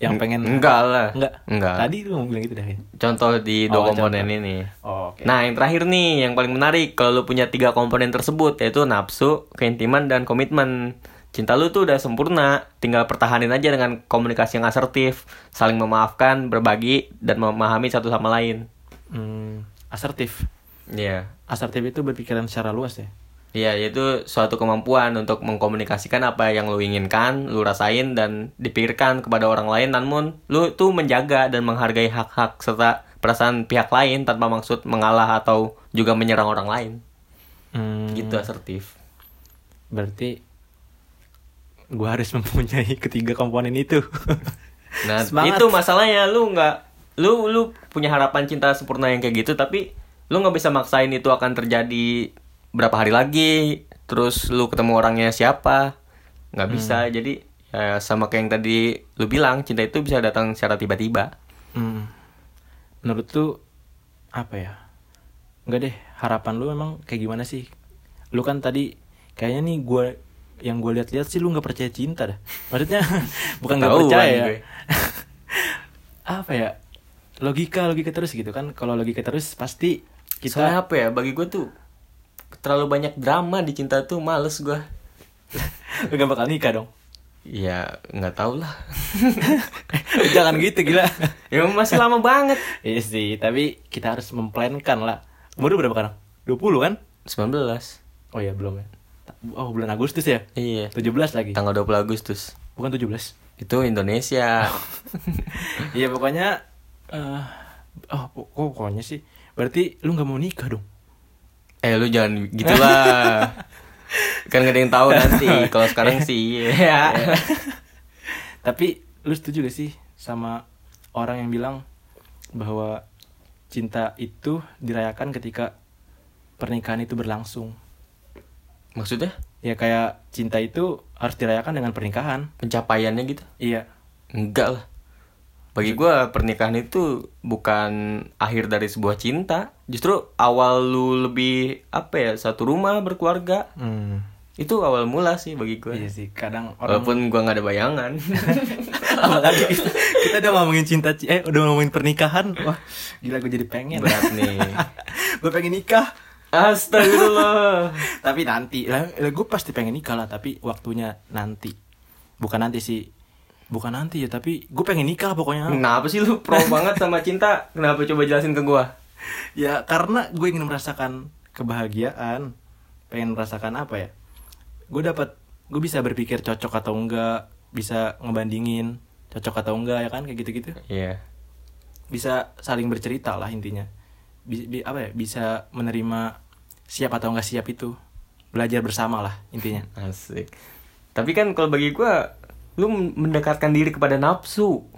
S1: yang pengen
S2: enggak lah.
S1: kan- Enggak.
S2: Enggak.
S1: Tadi lu mau bilang gitu dah. kayaknya.
S2: Contoh di dua
S1: Oh,
S2: komponen ini.
S1: Oh, oke.
S2: Nah, yang terakhir nih, yang paling menarik kalau lu punya tiga komponen tersebut yaitu nafsu, keintiman dan komitmen. Cinta lu tuh udah sempurna, tinggal pertahanin aja dengan komunikasi yang asertif, saling memaafkan, berbagi dan memahami satu sama lain.
S1: Hmm, asertif.
S2: Iya.
S1: Asertif itu berpikiran secara luas ya.
S2: Iya, yaitu suatu kemampuan untuk mengkomunikasikan apa yang lu inginkan, lu rasain dan dipikirkan kepada orang lain namun lu tuh menjaga dan menghargai hak-hak serta perasaan pihak lain tanpa maksud mengalah atau juga menyerang orang lain.
S1: Hmm,
S2: Gitu asertif.
S1: Berarti gua harus *laughs* mempunyai ketiga komponen *laughs* itu.
S2: Nah,
S1: Semangat.
S2: itu masalahnya lu nggak lu lu punya harapan cinta sempurna yang kayak gitu tapi lu nggak bisa maksain itu akan terjadi berapa hari lagi terus lu ketemu orangnya siapa nggak bisa jadi ya, sama kayak yang tadi lu bilang cinta itu bisa datang secara tiba-tiba
S1: Hmm. Menurut lu apa ya? Enggak deh, harapan lu emang kayak gimana sih? Lu kan tadi kayaknya nih gua yang gue lihat-lihat sih lu nggak percaya cinta dah.
S2: *laughs*
S1: Maksudnya bukan nggak
S2: Ketahuan
S1: percaya. ya.
S2: gue.
S1: *laughs* apa ya? Logika, logika terus gitu kan. Kalau logika terus pasti kita *laughs*
S2: soalnya apa ya bagi gue tuh terlalu banyak drama di cinta tuh males gue
S1: lu gak bakal nikah dong. *laughs*
S2: ya nggak tau lah
S1: Jangan gitu gila.
S2: *laughs*
S1: *laughs*
S2: ya masih lama banget
S1: Iya sih, tapi kita harus memplankan lah. Umur lu berapa sekarang? 20 kan?
S2: 19
S1: Oh iya, belum ya. Oh, bulan Agustus ya?
S2: iya
S1: 17 lagi.
S2: tanggal 20 Agustus
S1: Bukan 17.
S2: itu Indonesia
S1: *laughs*
S2: *laughs*
S1: Iya pokoknya eh oh pok- pokoknya sih berarti lu nggak mau nikah dong.
S2: Eh lu jangan *laughs* gitulah. kan gak ada yang tahu nanti. Kalau *laughs* sekarang sih iya.
S1: *laughs* Tapi lu setuju gak sih sama orang yang bilang bahwa cinta itu dirayakan ketika pernikahan itu berlangsung.
S2: Maksudnya
S1: Ya kayak cinta itu harus dirayakan dengan pernikahan.
S2: pencapaiannya gitu?
S1: Iya.
S2: Enggak lah. Bagi gua pernikahan itu bukan akhir dari sebuah cinta, justru awal lu lebih apa ya satu rumah berkeluarga
S1: Hmm.
S2: itu awal mula sih bagi gua.
S1: Iya sih, kadang orang
S2: Walaupun gua nggak ada *laughs* bayangan.
S1: *laughs* Apa tadi kita, kita udah ngomongin cinta ci- eh udah ngomongin pernikahan. Wah, gila gue jadi
S2: *laughs*
S1: pengen.
S2: Berat nih.
S1: gue pengen nikah.
S2: Astagfirullah.
S1: tapi nanti lah, gue pasti pengen nikah lah tapi waktunya nanti bukan nanti sih bukan nanti ya tapi gue pengen nikah lah pokoknya
S2: Kenapa sih lu pro banget sama cinta? Kenapa coba jelasin ke gua?
S1: ya karena gue ingin merasakan kebahagiaan pengen merasakan apa ya gue dapat gue bisa berpikir cocok atau enggak bisa ngebandingin cocok atau enggak ya kan kayak gitu gitu
S2: Iya.
S1: bisa saling bercerita lah intinya Bi- bi- apa ya bisa menerima siap atau enggak siap itu belajar bersama lah intinya
S2: Asik. Tapi kan kalau bagi gua lu mendekatkan diri kepada nafsu.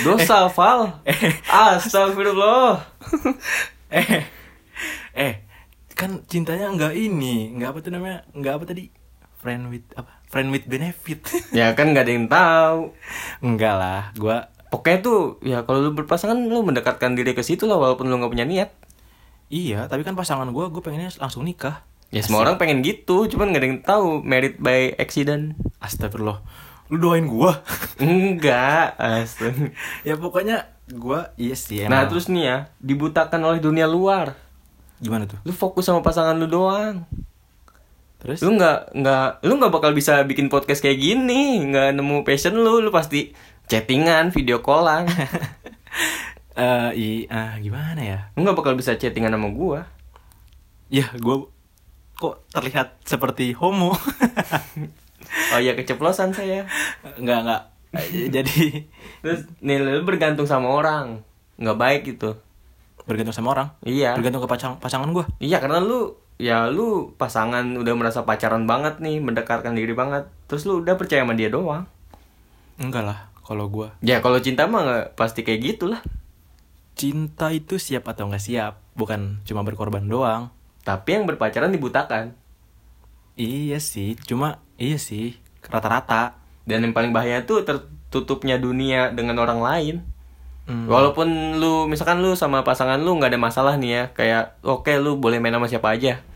S2: Dosa, *laughs* Fal. Astagfirullah.
S1: eh eh kan cintanya nggak ini nggak apa tuh namanya nggak apa tadi friend with apa friend with benefit *laughs*
S2: ya kan nggak ada yang tahu.
S1: enggak lah gue
S2: Pokoknya tuh ya kalau lu berpasangan lu mendekatkan diri ke situ lah walaupun lu nggak punya niat.
S1: iya tapi kan pasangan gue gue pengennya langsung nikah
S2: Ya semua orang pengen gitu, cuman nggak ada yang tahu merit by accident.
S1: astagfirullah lu doain gue
S2: Enggak, astaga.
S1: *laughs* ya pokoknya gue iya sih
S2: Nah,
S1: emang.
S2: terus nih ya, dibutakan oleh dunia luar.
S1: gimana tuh
S2: Lu fokus sama pasangan lu doang.
S1: terus
S2: lu nggak nggak lu nggak bakal bisa bikin podcast kayak gini nggak nemu passion lu lu pasti chattingan video callan
S1: *laughs* eh i ah, gimana ya
S2: lu nggak bakal bisa chattingan sama gua
S1: ya gue kok terlihat seperti homo *laughs*
S2: oh ya keceplosan saya
S1: nggak nggak Eh, jadi
S2: terus nih lu bergantung sama orang nggak baik gitu
S1: bergantung sama orang
S2: iya
S1: bergantung ke pasang pasangan gue
S2: iya karena lu ya lu pasangan udah merasa pacaran banget nih mendekatkan diri banget terus lu udah percaya sama dia doang
S1: enggak lah kalau gue
S2: ya kalau cinta mah nggak pasti kayak gitulah
S1: cinta itu siap atau nggak siap bukan cuma berkorban doang
S2: tapi yang berpacaran dibutakan
S1: iya sih cuma iya sih rata-rata
S2: dan yang paling bahaya tuh tertutupnya dunia dengan orang lain
S1: Hmm.
S2: Walaupun lu misalkan lu sama pasangan lu nggak ada masalah nih ya, kayak oke lu boleh main sama siapa aja.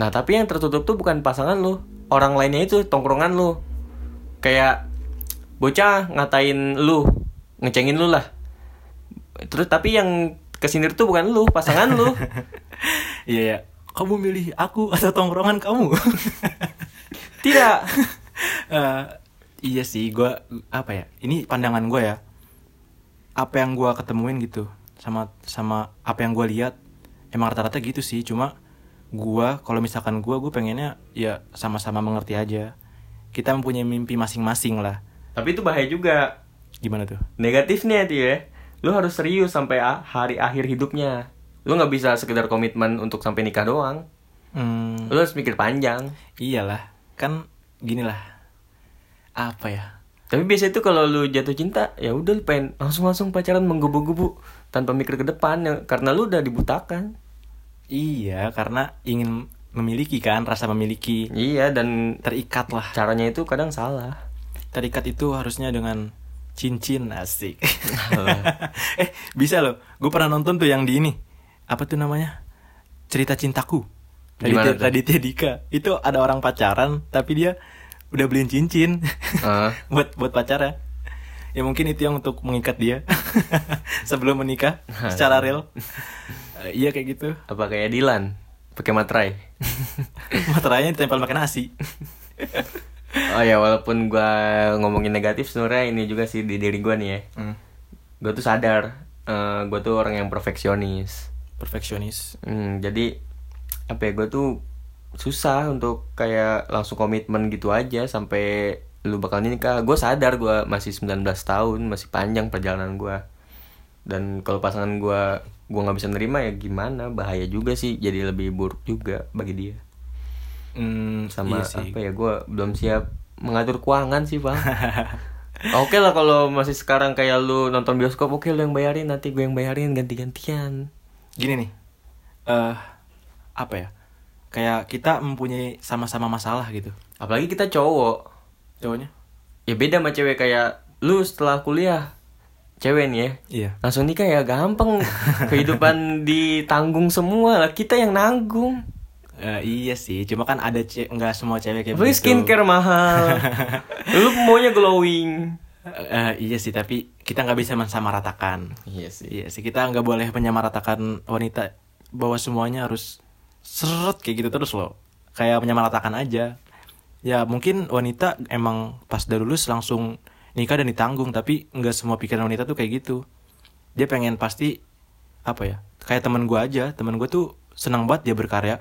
S2: Nah, tapi yang tertutup tuh bukan pasangan lu, orang lainnya itu tongkrongan lu. Kayak bocah ngatain lu, ngecengin lu lah. Terus tapi yang kesindir tuh bukan lu, pasangan lu.
S1: *laughs*
S2: *laughs*
S1: iya ya kamu milih aku atau tongkrongan kamu *laughs*
S2: Tidak.
S1: Eh, iya sih gue apa ya ini pandangan gue ya apa yang gue ketemuin gitu sama sama apa yang gue lihat emang rata-rata gitu sih cuma gue kalau misalkan gue gue pengennya ya sama-sama mengerti aja kita mempunyai mimpi masing-masing lah
S2: Tapi itu bahaya juga.
S1: gimana tuh
S2: Negatifnya tuh ya, lu harus serius sampai a- hari akhir hidupnya. Lu nggak bisa sekedar komitmen untuk sampai nikah doang.
S1: hmm,
S2: Lu harus mikir panjang.
S1: iyalah kan gini lah apa ya
S2: Tapi biasanya itu kalau lu jatuh cinta, ya udah lu pengen langsung-langsung pacaran menggebu-gebu tanpa mikir ke depan ya, karena lu udah dibutakan.
S1: iya karena ingin memiliki kan rasa memiliki
S2: Iya, dan
S1: terikat lah
S2: caranya itu kadang salah.
S1: terikat itu harusnya dengan cincin asik *laughs* eh bisa loh gue pernah nonton tuh yang di ini apa tuh namanya cerita cintaku Raditya,
S2: Gimana tuh?
S1: Raditya Dika itu ada orang pacaran tapi dia udah beliin cincin
S2: Ah.
S1: *laughs* buat buat pacarnya ya mungkin itu yang untuk mengikat dia *laughs* sebelum menikah
S2: Nah.
S1: secara real Eh, iya kayak
S2: *laughs*
S1: gitu
S2: Apa kayak Dilan pakai materai.
S1: materainya ditempel makan nasi
S2: oh ya, walaupun gua ngomongin negatif sebenarnya ini juga sih di diri gua nih ya. Gua tuh sadar eh gua tuh orang yang perfeksionis.
S1: perfeksionis
S2: Hmm, jadi apa ya gue tuh susah untuk kayak langsung komitmen gitu aja sampai lu bakal nikah. Gue sadar gue masih 19 tahun, masih panjang perjalanan gue. Dan kalau pasangan gue gue nggak bisa nerima ya gimana? Bahaya juga sih, jadi lebih buruk juga bagi dia.
S1: Hmm,
S2: Sama
S1: iya sih.
S2: apa ya gue belum siap mengatur keuangan sih bang. *laughs* ya?
S1: *laughs*
S2: Oke lah kalau masih sekarang kayak lu nonton bioskop oke lu yang bayarin nanti gue yang bayarin ganti-gantian.
S1: gini nih eh apa ya kayak kita mempunyai sama-sama masalah gitu
S2: Apalagi kita cowok.
S1: cowoknya
S2: ya beda sama cewek kayak lu setelah kuliah cewek nih ya
S1: iya
S2: langsung nikah ya gampang kehidupan ditanggung semua lah kita yang nanggung
S1: Eh, iya sih cuma kan ada ce- nggak semua cewek kayak
S2: beli
S1: Ya, begitu.
S2: skincare mahal lu maunya glowing
S1: Eh, iya sih tapi kita nggak bisa mensamaratakan
S2: iya sih
S1: iya sih kita nggak boleh menyamaratakan wanita bahwa semuanya harus seret kayak gitu terus loh kayak menyamaratakan aja ya mungkin wanita emang pas udah lulus langsung nikah dan ditanggung tapi nggak semua pikiran wanita tuh kayak gitu dia pengen pasti apa ya kayak teman gua aja teman gua tuh senang banget dia berkarya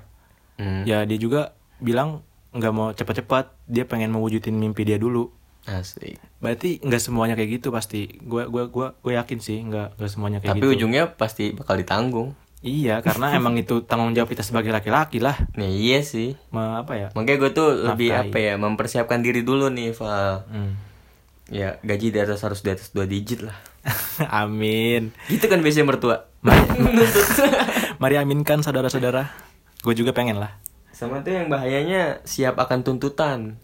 S2: Hmm,
S1: ya dia juga bilang nggak mau cepat-cepat dia pengen mewujudin mimpi dia dulu
S2: asik
S1: berarti nggak semuanya kayak gitu pasti gue gua gua gue yakin sih nggak nggak semuanya kayak
S2: tapi
S1: gitu
S2: ujungnya pasti bakal ditanggung
S1: Iya, karena emang itu tanggung jawab kita sebagai laki-laki lah.
S2: Nah, iya sih.
S1: Ma, apa ya? *laughs*
S2: Makanya gue tuh lebih
S1: Nafkahi.
S2: apa ya mempersiapkan diri dulu nih Val.
S1: Hmm.
S2: Ya gaji di atas harus di atas dua digit lah.
S1: Amin.
S2: Gitu kan biasanya mertua. *laughs*
S1: Mari aminkan saudara-saudara. Gue juga pengen lah.
S2: Sama tuh yang bahayanya siap akan tuntutan.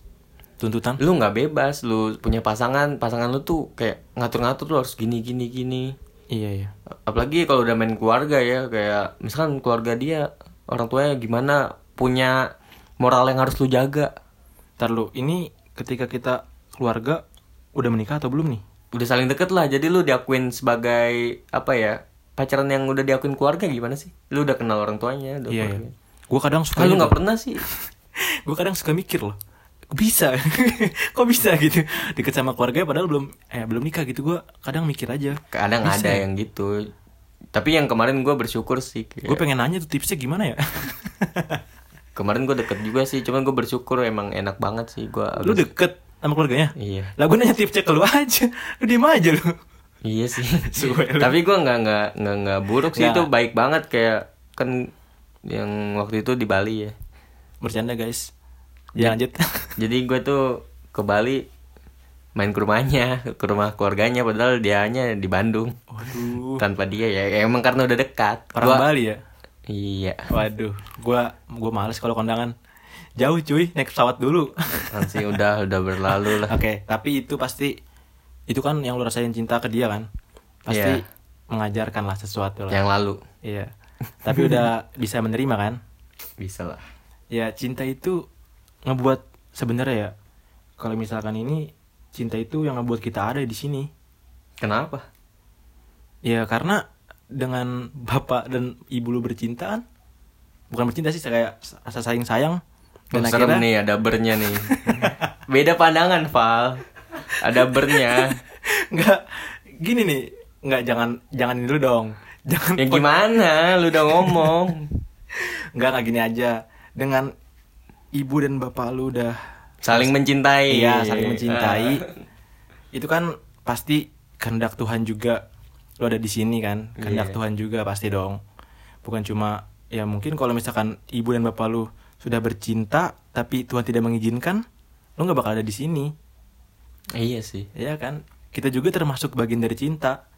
S1: Tuntutan.
S2: Lu nggak bebas, lu punya pasangan, pasangan lu tuh kayak ngatur-ngatur lu harus gini gini gini.
S1: Iya iya.
S2: Apalagi kalau udah main keluarga ya, kayak misalkan keluarga dia orang tuanya gimana punya moral yang harus lu jaga.
S1: Ntar lu, ini ketika kita keluarga udah menikah atau belum nih?
S2: Udah saling deket lah, jadi lu diakuin sebagai apa ya? Pacaran yang udah diakuin keluarga gimana sih? Lu udah kenal orang tuanya, udah
S1: Iya gitu. iya.
S2: keluarga.
S1: Gue kadang
S2: Ah,
S1: suka
S2: lu
S1: juga.
S2: nggak pernah sih?
S1: gue kadang suka mikir loh bisa *laughs* kok bisa gitu deket sama keluarga padahal belum eh belum nikah gitu gue kadang mikir aja
S2: Kadang
S1: Bisa
S2: ada
S1: ya?
S2: yang gitu. Tapi yang kemarin gue bersyukur sih. kayak-
S1: gue pengen nanya tuh tipsnya gimana ya
S2: Kemarin gue deket juga sih, cuman gue bersyukur emang enak banget sih gue.
S1: lu deket sama keluarganya
S2: Iya,
S1: lah gue nanya tipsnya ke lu aja lu diem aja lu *laughs*
S2: iya sih.
S1: Suwe lu.
S2: Tapi gue nggak nggak nggak nggak buruk sih
S1: Nggak.
S2: itu baik banget kayak kan yang waktu itu di Bali ya.
S1: bercanda guys ya lanjut
S2: Jadi gue tuh ke Bali main ke rumahnya, ke rumah keluarganya padahal dianya di Bandung.
S1: waduh
S2: Tanpa dia ya, ya emang karena udah dekat.
S1: orang
S2: Gua-
S1: Bali ya
S2: Iya.
S1: waduh gue gue males kalau kondangan jauh cuy naik pesawat dulu
S2: Nanti udah udah berlalu lah.
S1: Oke, tapi itu pasti itu kan yang lu rasain cinta ke dia kan. Pasti
S2: Iya.
S1: mengajarkan lah sesuatu lah.
S2: Yang lalu
S1: Iya. Tapi udah *laughs* bisa menerima kan?
S2: bisa lah.
S1: Ya, cinta itu ngebuat sebenarnya ya. Kalau misalkan ini cinta itu yang ngebuat kita ada di sini.
S2: Kenapa?
S1: Ya karena dengan bapak dan ibu lu bercintaan bukan bercinta sih kayak rasa sayang sayang dan
S2: Wah,
S1: akhirnya
S2: Oh, serem nih ada bernya nih. Beda pandangan, Val. Ada bernya.
S1: *laughs* nggak gini nih nggak jangan jangan ini dulu dong jangan *laughs*
S2: Ya gimana? Lu udah ngomong.
S1: Enggak, enggak gini aja. Dengan ibu dan bapak lu udah
S2: Saling mencintai.
S1: iya saling
S2: ah.
S1: mencintai. itu kan pasti kehendak Tuhan juga lu ada di sini kan. Kehendak
S2: Iya.
S1: Tuhan juga pasti dong. Bukan cuma ya mungkin kalau misalkan ibu dan bapak lu sudah bercinta tapi Tuhan tidak mengizinkan, lu nggak bakal ada di sini.
S2: Ah, iya sih.
S1: Iya kan? Kita juga termasuk bagian dari cinta.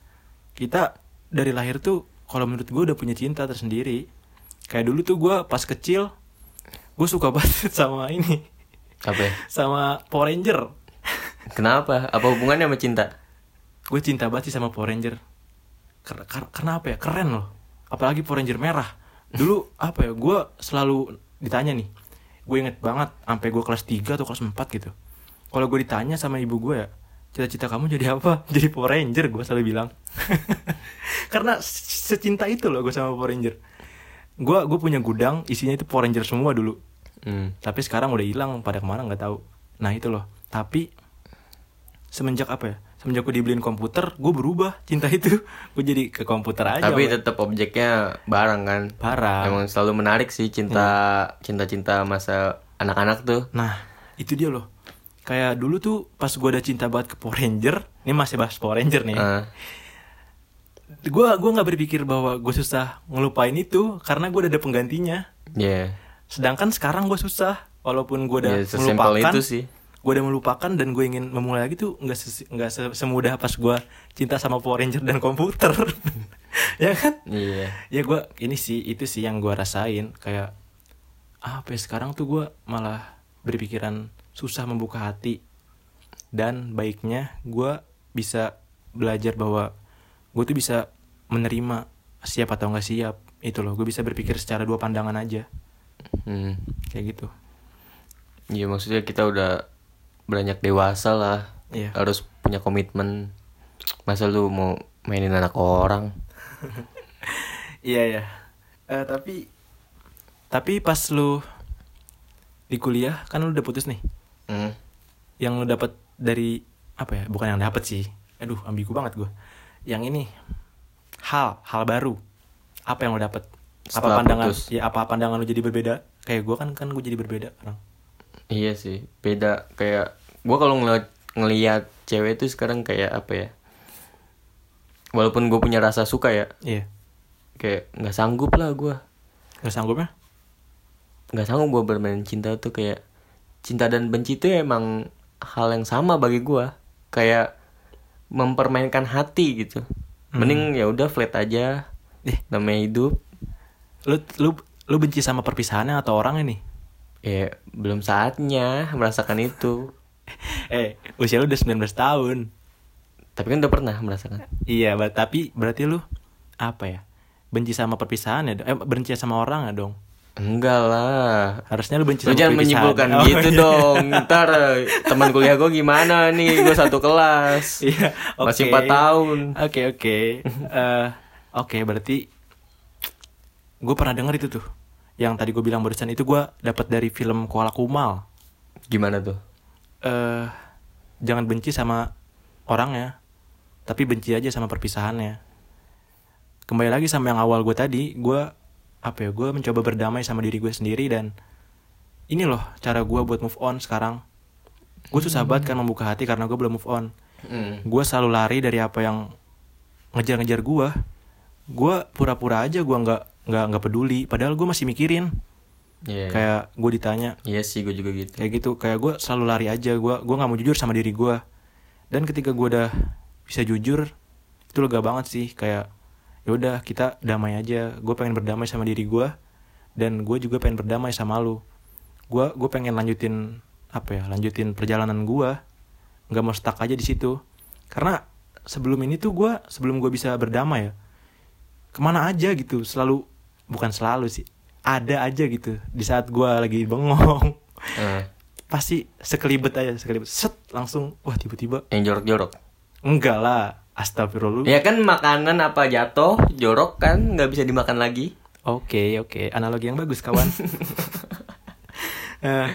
S1: Kita dari lahir tuh kalau menurut gue udah punya cinta tersendiri. Kayak dulu tuh gue pas kecil gue suka *laughs* banget sama ini
S2: Apa? ya?
S1: sama Power Ranger.
S2: Kenapa? Apa hubungannya sama cinta?
S1: Gue cinta banget sih sama Power Ranger. Ker- kar- karena apa ya? Keren loh. Apalagi Power Ranger merah. Dulu apa ya? Gue selalu ditanya nih. Gue inget banget sampai gue kelas 3 atau kelas 4 gitu. Kalau gue ditanya sama ibu gue ya, cita-cita kamu jadi apa? *laughs* Jadi Power Ranger gue selalu bilang. *laughs* karena se- secinta itu loh gue sama Power Ranger. Gue gue punya gudang isinya itu Power Ranger semua dulu.
S2: Hmm.
S1: tapi sekarang udah hilang pada kemana nggak tahu nah itu loh tapi semenjak apa ya semenjak gue dibeliin komputer gue berubah cinta *laughs* itu gue jadi ke komputer aja Ah.
S2: Tapi
S1: Wak.
S2: tetap objeknya barang kan.
S1: parah
S2: Emang selalu menarik sih
S1: Hmm.
S2: cinta cinta-cinta masa anak-anak tuh.
S1: nah itu dia loh kayak dulu tuh pas gue ada cinta banget ke Power Ranger ini masih bahas Power Ranger nih
S2: Ah,
S1: gue gua nggak berpikir bahwa gue susah ngelupain itu karena gue udah ada penggantinya
S2: Iya.
S1: sedangkan sekarang gue susah walaupun gue udah
S2: Ya, sesimpel
S1: melupakan
S2: itu sih.
S1: gue udah melupakan dan gue ingin memulai lagi tuh nggak sesi- nggak se- semudah pas gue cinta sama Power Ranger dan komputer *laughs* ya kan
S2: Iya.
S1: ya gue ini sih itu sih yang gue rasain kayak apa ya, sekarang tuh gue malah berpikiran susah membuka hati dan baiknya gue bisa belajar bahwa gue tuh bisa menerima siap atau nggak siap itu loh gue bisa berpikir secara dua pandangan aja
S2: Hmm.
S1: kayak gitu
S2: Iya maksudnya kita udah banyak dewasa lah
S1: Iya.
S2: harus punya komitmen masa lu mau mainin anak orang
S1: *laughs* Iya ya. Eh, tapi tapi pas lu di kuliah kan lu udah putus nih.
S2: Hmm.
S1: Yang lu dapat dari apa ya? Bukan yang dapat sih. Aduh, ambigu banget gua. Yang ini hal hal baru. Apa yang lu dapat? Apa
S2: Setelah
S1: pandangan?
S2: putus.
S1: Ya apa pandangan lu jadi berbeda? Kayak gua kan kan gua jadi berbeda sekarang.
S2: iya sih beda kayak gua kalau ngeliat ngelihat cewek itu sekarang kayak apa ya walaupun gue punya rasa suka ya
S1: Iya.
S2: kayak nggak sanggup lah gue
S1: Gak sanggupnya?
S2: nggak sanggup gue bermain cinta tuh kayak cinta dan benci itu emang hal yang sama bagi gua kayak mempermainkan hati gitu mending ya udah flat aja
S1: Hmm. Ih.
S2: namanya hidup
S1: Lu lu lu benci sama perpisahannya atau orangnya nih? *laughs*
S2: ya belum saatnya merasakan itu
S1: Eh, usia lu udah 19 tahun.
S2: tapi kan udah pernah merasakan
S1: Iya, ba- tapi berarti lu apa ya? Benci sama perpisahan ya? dong? Eh, benci sama orang ya dong?
S2: enggak lah
S1: Harusnya lu benci
S2: Lu
S1: sama
S2: jangan
S1: perpisahan.
S2: menyimpulkan
S1: Oh,
S2: gitu
S1: iya.
S2: dong Ntar eh, teman kuliah gue gimana nih Gue satu kelas
S1: *laughs* *laughs* Iya, oke.
S2: Masih 4 tahun
S1: Oke, oke. Eh, Oke, berarti gue pernah denger itu tuh. Yang tadi gue bilang barusan itu gue dapat dari film Kuala Kumal.
S2: Gimana tuh?
S1: eh jangan benci sama orangnya, tapi benci aja sama perpisahannya. Kembali lagi sama yang awal gue tadi, gue apa ya? Gue mencoba berdamai sama diri gue sendiri dan ini loh cara gue buat move on sekarang. Gue susah banget kan membuka hati karena gue belum move on.
S2: Hmm.
S1: Gue selalu lari dari apa yang ngejar-ngejar gue. Gue pura-pura aja gue nggak nggak nggak peduli. Padahal gue masih mikirin.
S2: Iya
S1: Kayak gue ditanya,
S2: Iya sih gue juga gitu
S1: kayak gitu kayak gue selalu lari aja gue gue nggak mau jujur sama diri gue dan ketika gue udah bisa jujur itu lega banget sih kayak ya udah kita damai aja gue pengen berdamai sama diri gue dan gue juga pengen berdamai sama lu gue gue pengen lanjutin apa ya lanjutin perjalanan gue nggak mau stuck aja di situ karena sebelum ini tuh gue sebelum gue bisa berdamai ya kemana aja gitu selalu bukan selalu sih ada aja gitu di saat gue lagi bengong *laughs*
S2: Eh,
S1: pasti sekelibet aja sekelibet set langsung wah tiba-tiba
S2: Yang jorok-jorok
S1: enggak lah astagfirullah oke
S2: Ya kan makanan apa jatuh, jorok kan nggak bisa dimakan lagi.
S1: oke analogi yang bagus kawan Eh,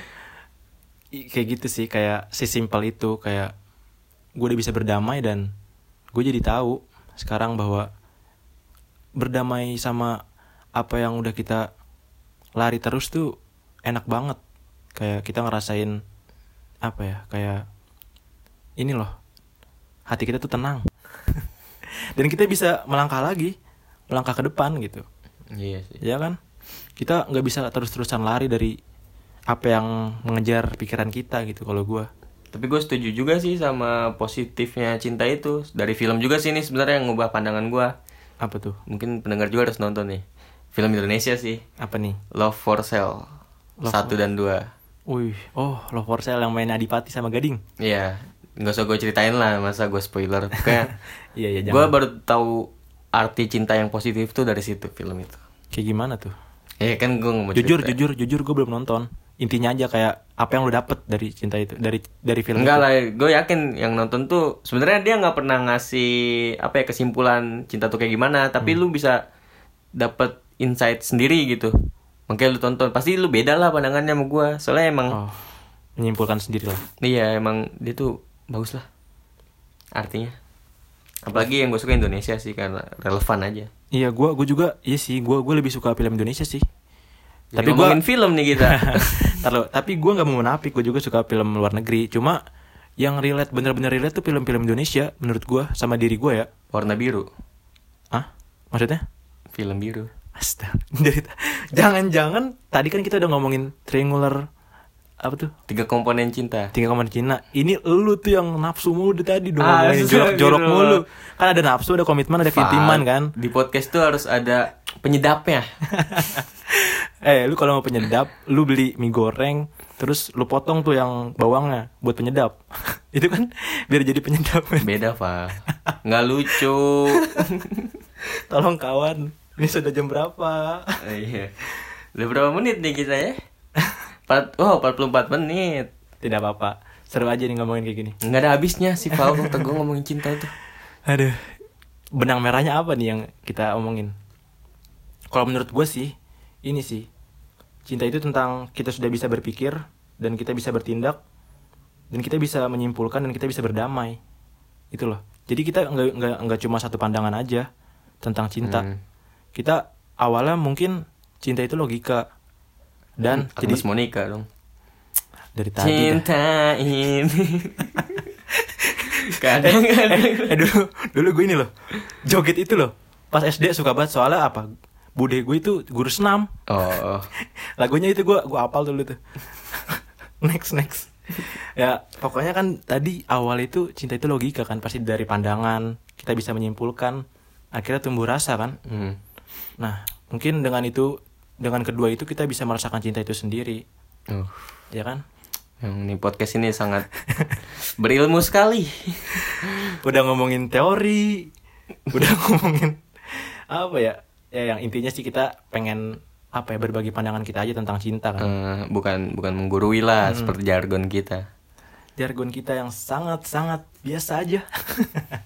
S1: i- kayak gitu sih kayak sesimpel itu kayak gue udah bisa berdamai dan gue jadi tahu sekarang bahwa berdamai sama apa yang udah kita lari terus tuh enak banget kayak kita ngerasain apa ya kayak ini loh hati kita tuh tenang *laughs* dan kita bisa melangkah lagi melangkah ke depan gitu
S2: Iya sih.
S1: ya kan kita nggak bisa terus-terusan lari dari apa yang mengejar pikiran kita gitu kalau gua
S2: Tapi gue setuju juga sih sama positifnya cinta itu. Dari film juga sih ini sebenarnya yang ngubah pandangan gue.
S1: apa tuh
S2: Mungkin pendengar juga harus nonton nih. Film Indonesia sih.
S1: apa nih
S2: Love for Sale. Satu dan dua.
S1: Wih, oh Love for Sale yang main Adipati sama Gading.
S2: Iya. Nggak usah gue ceritain lah, masa gue spoiler. Pokoknya
S1: *laughs* Iya iya
S2: gue
S1: jangan.
S2: baru tahu arti cinta yang positif tuh dari situ film itu.
S1: Kayak gimana tuh?
S2: Ya kan gue mau
S1: Jujur
S2: cerita.
S1: jujur jujur gue belum nonton. Intinya aja kayak apa yang lo dapet dari cinta itu dari dari film
S2: Enggak
S1: itu.
S2: lah, gue yakin yang nonton tuh sebenarnya dia nggak pernah ngasih apa ya kesimpulan cinta tuh kayak gimana, tapi
S1: Hmm.
S2: lu bisa dapet insight sendiri gitu. Makanya lu tonton, pasti lu beda lah pandangannya sama gue. Soalnya emang
S1: Oh, menyimpulkan sendiri lah.
S2: iya emang dia tuh bagus lah artinya. Apalagi yang gue suka Indonesia sih karena relevan aja.
S1: Iya, gua gua juga iya sih, gua gua lebih suka film Indonesia sih.
S2: Jadi
S1: tapi gua
S2: ngomongin film nih
S1: *laughs*
S2: kita.
S1: Ntar lo, tapi gua nggak mau menafik, gua juga suka film luar negeri. Cuma yang relate bener-bener relate tuh film-film Indonesia menurut gua sama diri gua ya.
S2: Warna biru,
S1: Ah, maksudnya?
S2: film biru.
S1: Astaga. *laughs* Dari- Jangan-jangan tadi kan kita udah ngomongin triangular apa tuh?
S2: Tiga komponen cinta.
S1: Tiga kamar Cina. Ini lu tuh yang nafsu mulu dari tadi dong ngomongin
S2: Astagfirullah.
S1: jorok-jorok mulu. Kan ada nafsu, ada komitmen, ada keintiman kan.
S2: Di podcast tuh harus ada penyedapnya.
S1: *laughs* eh, lu kalau mau penyedap, lu beli mie goreng, terus lu potong tuh yang bawangnya buat penyedap. *laughs* Itu kan biar jadi penyedap. *laughs* men.
S2: Beda, Pak. Nggak lucu.
S1: *laughs* Tolong kawan, ini sudah jam berapa? *laughs*
S2: Iya. Udah berapa menit nih kita ya? Empat- oh, 44 menit.
S1: Tidak apa-apa. Seru aja nih ngomongin kayak gini.
S2: Nggak ada habisnya sih, Pak. Waktu gue ngomongin cinta tuh.
S1: Aduh, benang merahnya apa nih yang kita omongin? Kalau menurut gue sih, ini sih, cinta itu tentang kita sudah bisa berpikir dan kita bisa bertindak dan kita bisa menyimpulkan dan kita bisa berdamai, itu loh. Jadi kita nggak nggak nggak cuma satu pandangan aja tentang cinta.
S2: Hmm.
S1: Kita awalnya mungkin cinta itu logika dan
S2: Jadi
S1: jadi
S2: Kan, Monica dong.
S1: dari tadi. ya. dah.
S2: Cinta ini. Kadang-kadang.
S1: eh dulu dulu gue ini loh joget itu loh pas SD suka banget soalnya apa bude gue itu guru senam
S2: Oh,
S1: lagunya itu gue gue apal dulu tuh *laughs* next next ya pokoknya kan tadi awal itu cinta itu logika kan pasti dari pandangan kita bisa menyimpulkan akhirnya tumbuh rasa kan
S2: hmm.
S1: nah mungkin dengan itu dengan kedua itu kita bisa merasakan cinta itu sendiri
S2: Uh,
S1: ya kan
S2: yang ini podcast ini sangat berilmu sekali.
S1: udah ngomongin teori udah *laughs* ngomongin apa ya ya yang intinya sih kita pengen apa ya berbagi pandangan kita aja tentang cinta kan
S2: Eh, bukan bukan menggurui lah
S1: Hmm.
S2: seperti jargon kita.
S1: jargon kita yang sangat-sangat biasa aja. *laughs*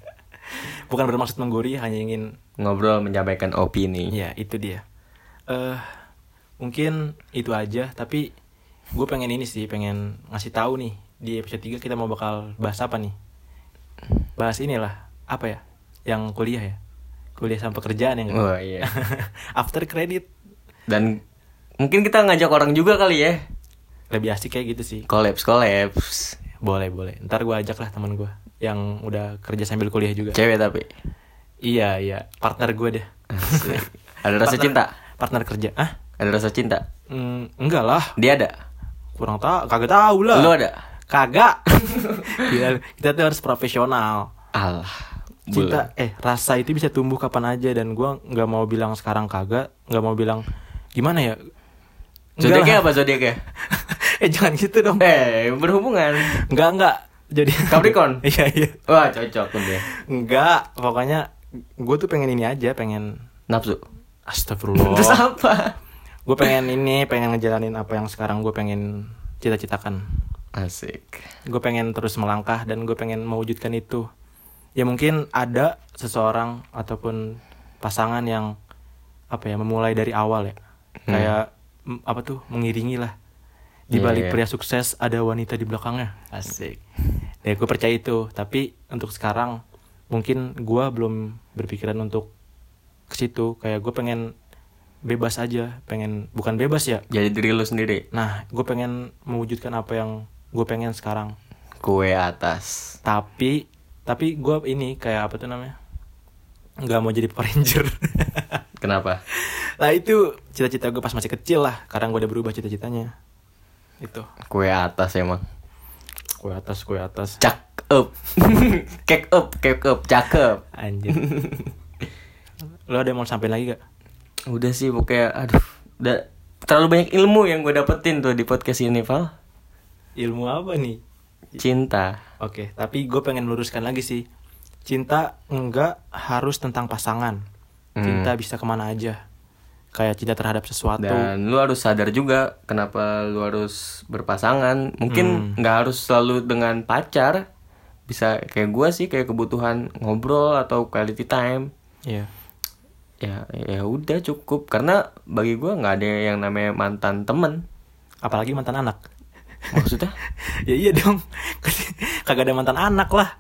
S1: Bukan bermaksud menggurui, hanya ingin
S2: Ngobrol menyampaikan opini.
S1: ya itu dia. Eh mungkin itu aja, tapi gue pengen ini sih, pengen ngasih tahu nih di episode 3 kita mau bakal bahas apa nih? Bahas inilah, apa ya? Yang kuliah ya. Kuliah sama pekerjaan ya. nggak?
S2: Wah, iya.
S1: *laughs* After credit
S2: Dan mungkin kita ngajak orang juga kali ya.
S1: lebih asik kayak gitu sih.
S2: Kolaps kolaps.
S1: Boleh, boleh. Ntar gue ajak lah teman gue yang udah kerja sambil kuliah juga.
S2: Cewek tapi.
S1: Iya, iya. Partner gue deh.
S2: Asik. Ada
S1: Partner-
S2: rasa cinta?
S1: Partner kerja. Ah?
S2: Ada rasa cinta?
S1: Hmm, enggak lah.
S2: Dia ada.
S1: Kurang tahu, kagak tahu lah.
S2: Lu ada? *laughs*
S1: Kagak. Gila, kita tuh harus profesional.
S2: Allah.
S1: Cinta eh rasa itu bisa tumbuh kapan aja dan gua nggak mau bilang sekarang kagak, nggak mau bilang gimana ya? Enggak
S2: Zodiaknya
S1: lah.
S2: apa zodiaknya?
S1: *laughs* eh jangan gitu dong.
S2: eh, berhubungan.
S1: Enggak, enggak. Jadi
S2: Capricorn?
S1: *laughs* Iya, iya.
S2: Wah, cocok tuh dia.
S1: Enggak, pokoknya gue tuh pengen ini aja, pengen
S2: Nafsu. Terus
S1: Astagfirullah.
S2: apa?
S1: gue pengen ini, pengen ngejalanin apa yang sekarang gue pengen cita-citakan.
S2: Asik.
S1: gue pengen terus melangkah dan gue pengen mewujudkan itu ya mungkin ada seseorang ataupun pasangan yang apa ya memulai dari awal ya kayak m- apa tuh mengiringi lah di
S2: Hmm. Iya,
S1: balik
S2: iya.
S1: pria sukses ada wanita di belakangnya asik ya gue percaya itu tapi untuk sekarang mungkin gue belum berpikiran untuk ke situ kayak gue pengen bebas aja pengen bukan bebas ya
S2: Jadi diri lu sendiri.
S1: nah gue pengen mewujudkan apa yang gue pengen sekarang
S2: Kue atas.
S1: tapi tapi gue ini kayak apa tuh namanya nggak mau jadi Power Ranger *laughs*
S2: Kenapa?
S1: lah itu cita-cita gue pas masih kecil lah sekarang gue udah berubah cita-citanya itu
S2: Kue atas emang.
S1: kue atas kue atas
S2: Cak up. *laughs* cake up, cake up, cakep.
S1: *laughs* anjir lo ada yang mau sampein lagi gak
S2: Udah sih pokoknya aduh, udah terlalu banyak ilmu yang gue dapetin tuh di podcast ini, Val.
S1: ilmu apa nih
S2: Cinta.
S1: oke tapi gue pengen luruskan lagi sih cinta enggak harus tentang pasangan cinta bisa kemana aja kayak cinta terhadap sesuatu
S2: Dan lu harus sadar juga kenapa lu harus berpasangan. Mungkin nggak harus selalu dengan pacar. Bisa kayak gua sih kayak kebutuhan ngobrol atau quality time.
S1: Iya.
S2: Ya ya udah cukup karena bagi gua nggak ada yang namanya mantan temen.
S1: apalagi mantan anak *laughs*
S2: Maksudnya *laughs*
S1: ya iya dong *laughs* kagak ada mantan anak lah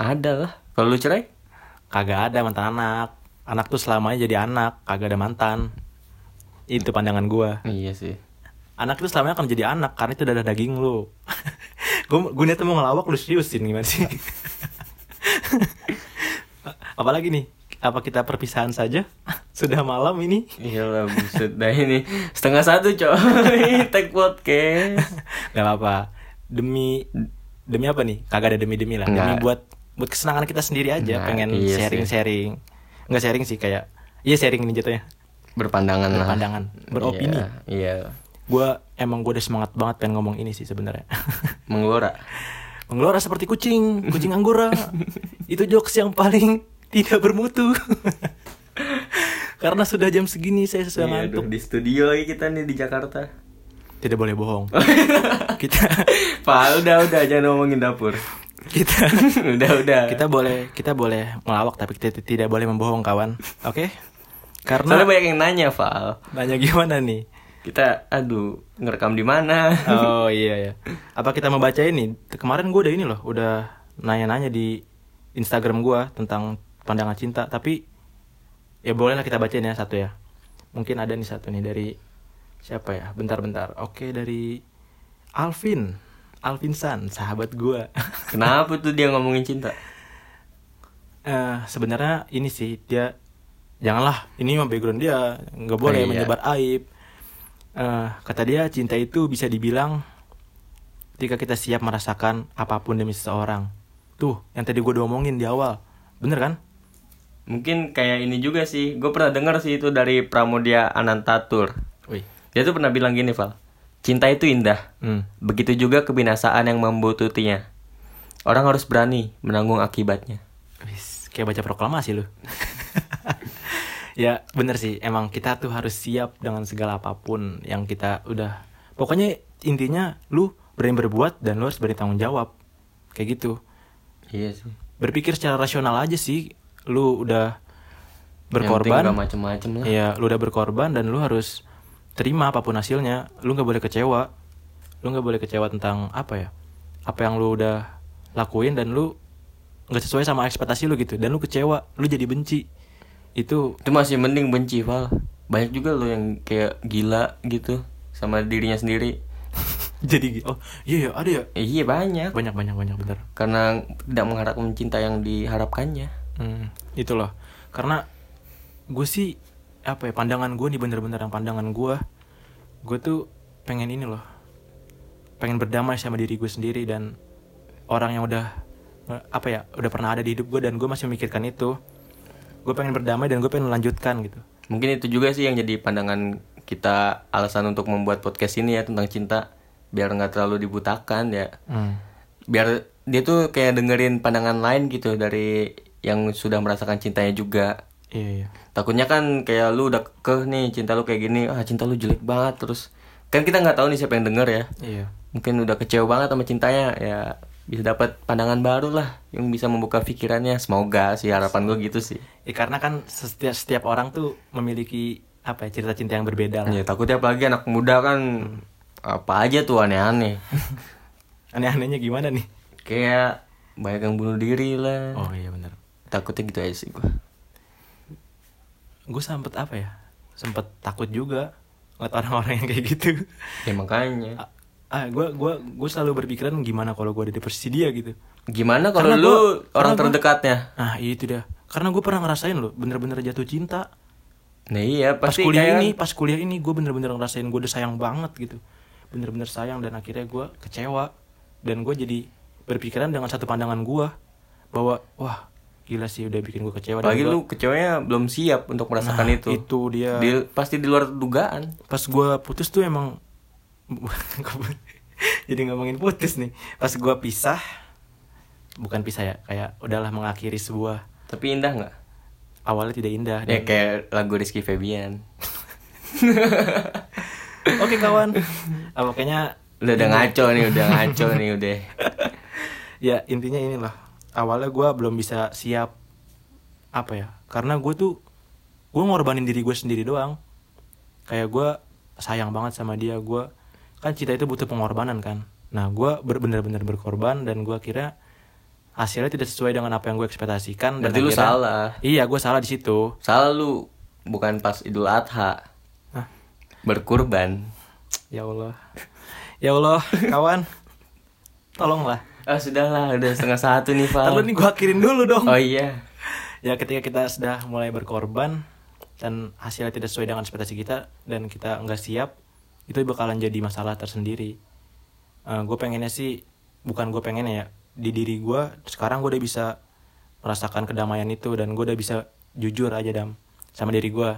S2: ada lah. Kalau lu cerai?
S1: kagak ada mantan anak anak tuh selamanya jadi anak kagak ada mantan itu pandangan gua
S2: Iya sih.
S1: anak itu selamanya akan jadi anak karena itu darah daging lu *laughs* gua gua niatnya mau ngelawak lu seriusin gimana sih *laughs* apalagi nih apa kita perpisahan saja *laughs* sudah malam ini *laughs*
S2: Iyalah buset dah ini setengah satu coy *laughs* tag podcast.
S1: nggak apa demi demi apa nih kagak ada demi demi lah demi
S2: Nggak.
S1: buat buat kesenangan kita sendiri aja
S2: Nah,
S1: pengen
S2: iya sih.
S1: sharing sharing nggak sharing sih kayak iya sharing nih jatuhnya
S2: Berpandangan lah.
S1: Berpandangan, beropini.
S2: Iya. iya.
S1: gue emang gue udah semangat banget pengen ngomong ini sih sebenarnya *laughs*
S2: Menggelora.
S1: menggelora seperti kucing kucing anggora itu jokes yang paling tidak bermutu karena sudah jam segini saya sudah
S2: Iya,
S1: ngantuk
S2: aduh, di studio lagi kita nih di Jakarta.
S1: tidak boleh
S2: *laughs*
S1: bohong kita
S2: Pak, udah udah jangan ngomongin dapur. *laughs*
S1: kita
S2: udah udah.
S1: kita boleh kita boleh melawak tapi kita t- tidak boleh membohong kawan oke
S2: Soalnya
S1: karena
S2: banyak yang nanya, Val.
S1: banyak gimana nih
S2: Kita aduh, ngerekam di mana?
S1: oh iya ya apa kita mau baca ini kemarin gue udah ini loh udah nanya-nanya di Instagram gue tentang pandangan cinta tapi ya bolehlah kita bacain ya satu ya mungkin ada nih satu nih dari siapa ya bentar-bentar oke dari Alvin Alvin San sahabat gue *laughs*
S2: Kenapa tuh dia ngomongin cinta?
S1: Eh, sebenarnya ini sih dia janganlah ini mah background dia nggak boleh
S2: Iya.
S1: menyebar aib Eh, kata dia cinta itu bisa dibilang ketika kita siap merasakan apapun demi seseorang tuh yang tadi gue omongin di awal bener kan
S2: Mungkin kayak ini juga sih. Gue pernah dengar sih itu dari Pramudia Anantatur.
S1: Wih.
S2: Dia tuh pernah bilang gini, Val. Cinta itu indah.
S1: Hmm.
S2: Begitu juga kebinasaan yang membuntutinya. Orang harus berani menanggung akibatnya.
S1: Wis, kayak baca proklamasi lu. *laughs* ya bener sih emang kita tuh harus siap dengan segala apapun yang kita udah pokoknya intinya lu berani berbuat dan lu harus berani tanggung jawab kayak gitu
S2: Iya sih.
S1: berpikir secara rasional aja sih lu udah
S2: Berkorban.
S1: berkorban
S2: macem-macem lah.
S1: Iya, lu udah berkorban dan lu harus terima apapun hasilnya. Lu nggak boleh kecewa. Lu nggak boleh kecewa tentang apa ya? Apa yang lu udah lakuin dan lu nggak sesuai sama ekspektasi lu gitu. Dan lu kecewa, lu jadi benci.
S2: *laughs*
S1: Itu
S2: Itu masih mending benci, Val. Banyak juga lo yang kayak gila gitu sama dirinya sendiri.
S1: jadi gi- oh iya iya ada ya
S2: Eh, iya banyak.
S1: banyak banyak banyak bener.
S2: Karena tidak mengharapkan cinta yang diharapkannya.
S1: Hmm, itu loh. Karena gue sih apa ya pandangan gue nih bener-bener yang pandangan gue, gue tuh pengen ini loh, pengen berdamai sama diri gue sendiri dan orang yang udah eh, apa ya udah pernah ada di hidup gue dan gue masih memikirkan itu. Gue pengen berdamai dan gue pengen melanjutkan gitu.
S2: Mungkin itu juga sih yang jadi pandangan kita alasan untuk membuat podcast ini ya tentang cinta biar nggak terlalu dibutakan ya.
S1: Hmm.
S2: Biar dia tuh kayak dengerin pandangan lain gitu dari yang sudah merasakan cintanya juga.
S1: Iya iya.
S2: Takutnya kan kayak lu udah kekeh nih cinta lu kayak gini, ah cinta lu jelek banget terus kan kita nggak tahu nih siapa yang denger ya.
S1: Iya.
S2: Mungkin udah kecewa banget sama cintanya ya bisa dapat pandangan baru lah yang bisa membuka pikirannya. Semoga sih harapan gue gitu sih.
S1: Ya, karena kan setiap setiap orang tuh memiliki apa ya cerita cinta yang berbeda lah.
S2: Ya takutnya apalagi anak muda kan apa aja tuh aneh-aneh.
S1: Aneh-anehnya gimana nih?
S2: Kayak banyak yang bunuh diri lah.
S1: Oh iya bener.
S2: Takutnya gitu aja sih gua.
S1: gue sempet apa ya sempet takut juga ngeliat orang-orang yang kayak gitu
S2: Ya makanya.
S1: A- ah gue gua gue selalu berpikiran gimana kalau gue ada di posisi dia gitu
S2: Gimana kalau
S1: Karena
S2: lu
S1: gua- karena
S2: orang
S1: gua-
S2: terdekatnya?
S1: nah itu dah karena gue pernah ngerasain loh bener-bener jatuh cinta
S2: Nah iya
S1: pas
S2: pasti
S1: kuliah
S2: kayak-
S1: ini pas kuliah ini gue bener-bener ngerasain gue udah sayang banget gitu bener-bener sayang dan akhirnya gue kecewa dan gue jadi berpikiran dengan satu pandangan gue bahwa wah gila sih udah bikin gue kecewa dan
S2: Apalagi
S1: gua-
S2: lu kecewanya belum siap untuk merasakan
S1: Nah,
S2: itu.
S1: itu dia.
S2: Di- pasti di luar dugaan.
S1: pas gua putus tuh emang *laughs* jadi ngomongin putus nih pas gua pisah bukan pisah ya kayak udahlah mengakhiri sebuah
S2: Tapi indah nggak?
S1: awalnya tidak indah
S2: Ya
S1: dan-
S2: kayak lagu Rizky Febian.
S1: oke kawan Ah, pokoknya
S2: Udah,
S1: Iya.
S2: udah ngaco nih, udah ngaco nih
S1: *laughs*
S2: udah.
S1: ya intinya inilah awalnya gua belum bisa siap apa ya karena gue tuh gue ngorbanin diri gue sendiri doang kayak gua sayang banget sama dia gua kan cinta itu butuh pengorbanan kan nah gua ber- bener-bener berkorban dan gua kira hasilnya tidak sesuai dengan apa yang gue ekspektasikan dan
S2: Berarti lu
S1: akhirnya-
S2: salah.
S1: iya gue salah di situ
S2: Salah lu bukan pas Idul Adha.
S1: Hah?
S2: Berkurban.
S1: Nah, ya allah ya allah *laughs* kawan tolonglah
S2: Ah sudahlah, udah setengah satu nih, Val.
S1: tapi ini gue akhirin dulu dong
S2: Oh iya.
S1: *laughs* ya ketika kita sudah mulai berkorban dan hasilnya tidak sesuai dengan ekspektasi kita dan kita nggak siap itu bakalan jadi masalah tersendiri gue pengennya sih bukan gue pengennya ya di diri gue sekarang gue udah bisa merasakan kedamaian itu dan gue udah bisa jujur aja dam sama diri gue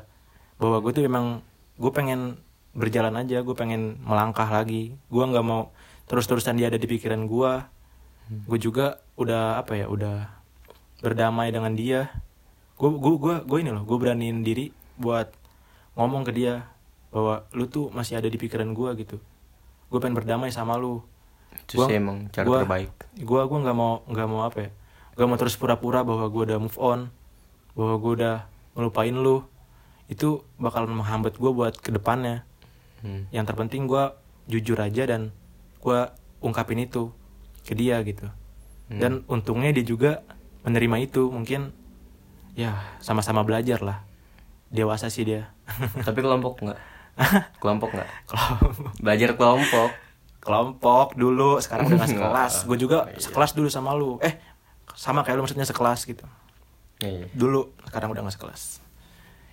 S1: bahwa gue tuh memang gue pengen berjalan aja gue pengen melangkah lagi gue nggak mau terus-terusan dia ada di pikiran gue gue juga udah apa ya udah berdamai dengan dia gue gue gue gue ini loh gue beraniin diri buat ngomong ke dia bahwa lu tuh masih ada di pikiran gue gitu gue pengen berdamai sama lu
S2: Itu sih emang cara terbaik.
S1: gue gue nggak mau nggak mau apa ya gak mau terus pura-pura bahwa gue udah move on bahwa gue udah melupain lu itu bakalan menghambat gue buat kedepannya
S2: Hmm.
S1: yang terpenting gue jujur aja dan gue ungkapin itu ke dia gitu dan untungnya dia juga menerima itu mungkin ya sama-sama belajar lah dewasa sih dia *laughs*
S2: Tapi kelompok nggak? Kelompok nggak?
S1: Kalau
S2: Belajar kelompok.
S1: kelompok dulu sekarang udah gak sekelas gue juga sekelas dulu sama lu eh sama kayak lu maksudnya sekelas gitu
S2: Iya, iya.
S1: dulu sekarang udah gak sekelas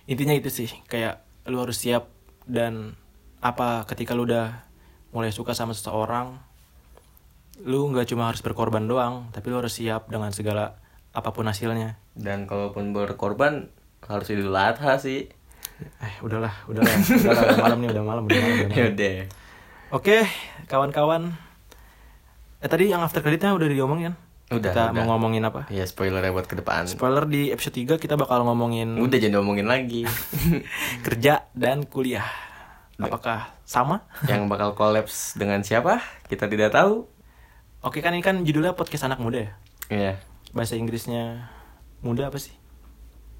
S1: intinya itu sih kayak lu harus siap dan apa ketika lu udah mulai suka sama seseorang lu nggak cuma harus berkorban doang tapi lu harus siap dengan segala apapun hasilnya
S2: Dan kalaupun berkorban harus Idul Adha sih.
S1: eh udahlah udahlah udahlah udah malam nih udah malam udah malam, udah malam.
S2: Yaudah.
S1: *laughs* Oke, kawan-kawan. Eh tadi yang after creditnya udah diomongin. kan?
S2: Udah,
S1: kita
S2: udah.
S1: mau ngomongin apa?
S2: Ya spoiler buat ke depan.
S1: Spoiler di episode 3 kita bakal ngomongin
S2: Udah jangan diomongin
S1: *laughs*
S2: lagi.
S1: kerja dan kuliah. Apakah sama?
S2: Yang bakal kolaps dengan siapa? Kita tidak tahu.
S1: Oke kan ini kan judulnya podcast anak muda ya.
S2: Iya.
S1: Bahasa Inggrisnya muda apa sih?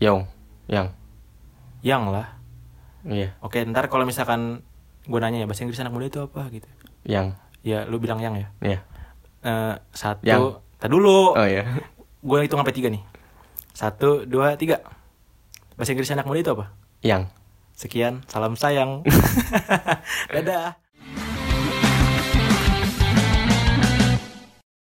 S2: Yong. Yang.
S1: Yang lah.
S2: Iya.
S1: Oke, ntar kalau misalkan gue nanya ya bahasa Inggris anak muda itu apa gitu.
S2: Yang.
S1: Ya lu bilang yang ya.
S2: Iya.
S1: Eh satu.
S2: Yang.
S1: Tadi dulu.
S2: Oh ya.
S1: Gue hitung sampai tiga nih. Satu, dua, tiga. Bahasa Inggris anak muda itu apa?
S2: Yang.
S1: Sekian, salam sayang. Dadah.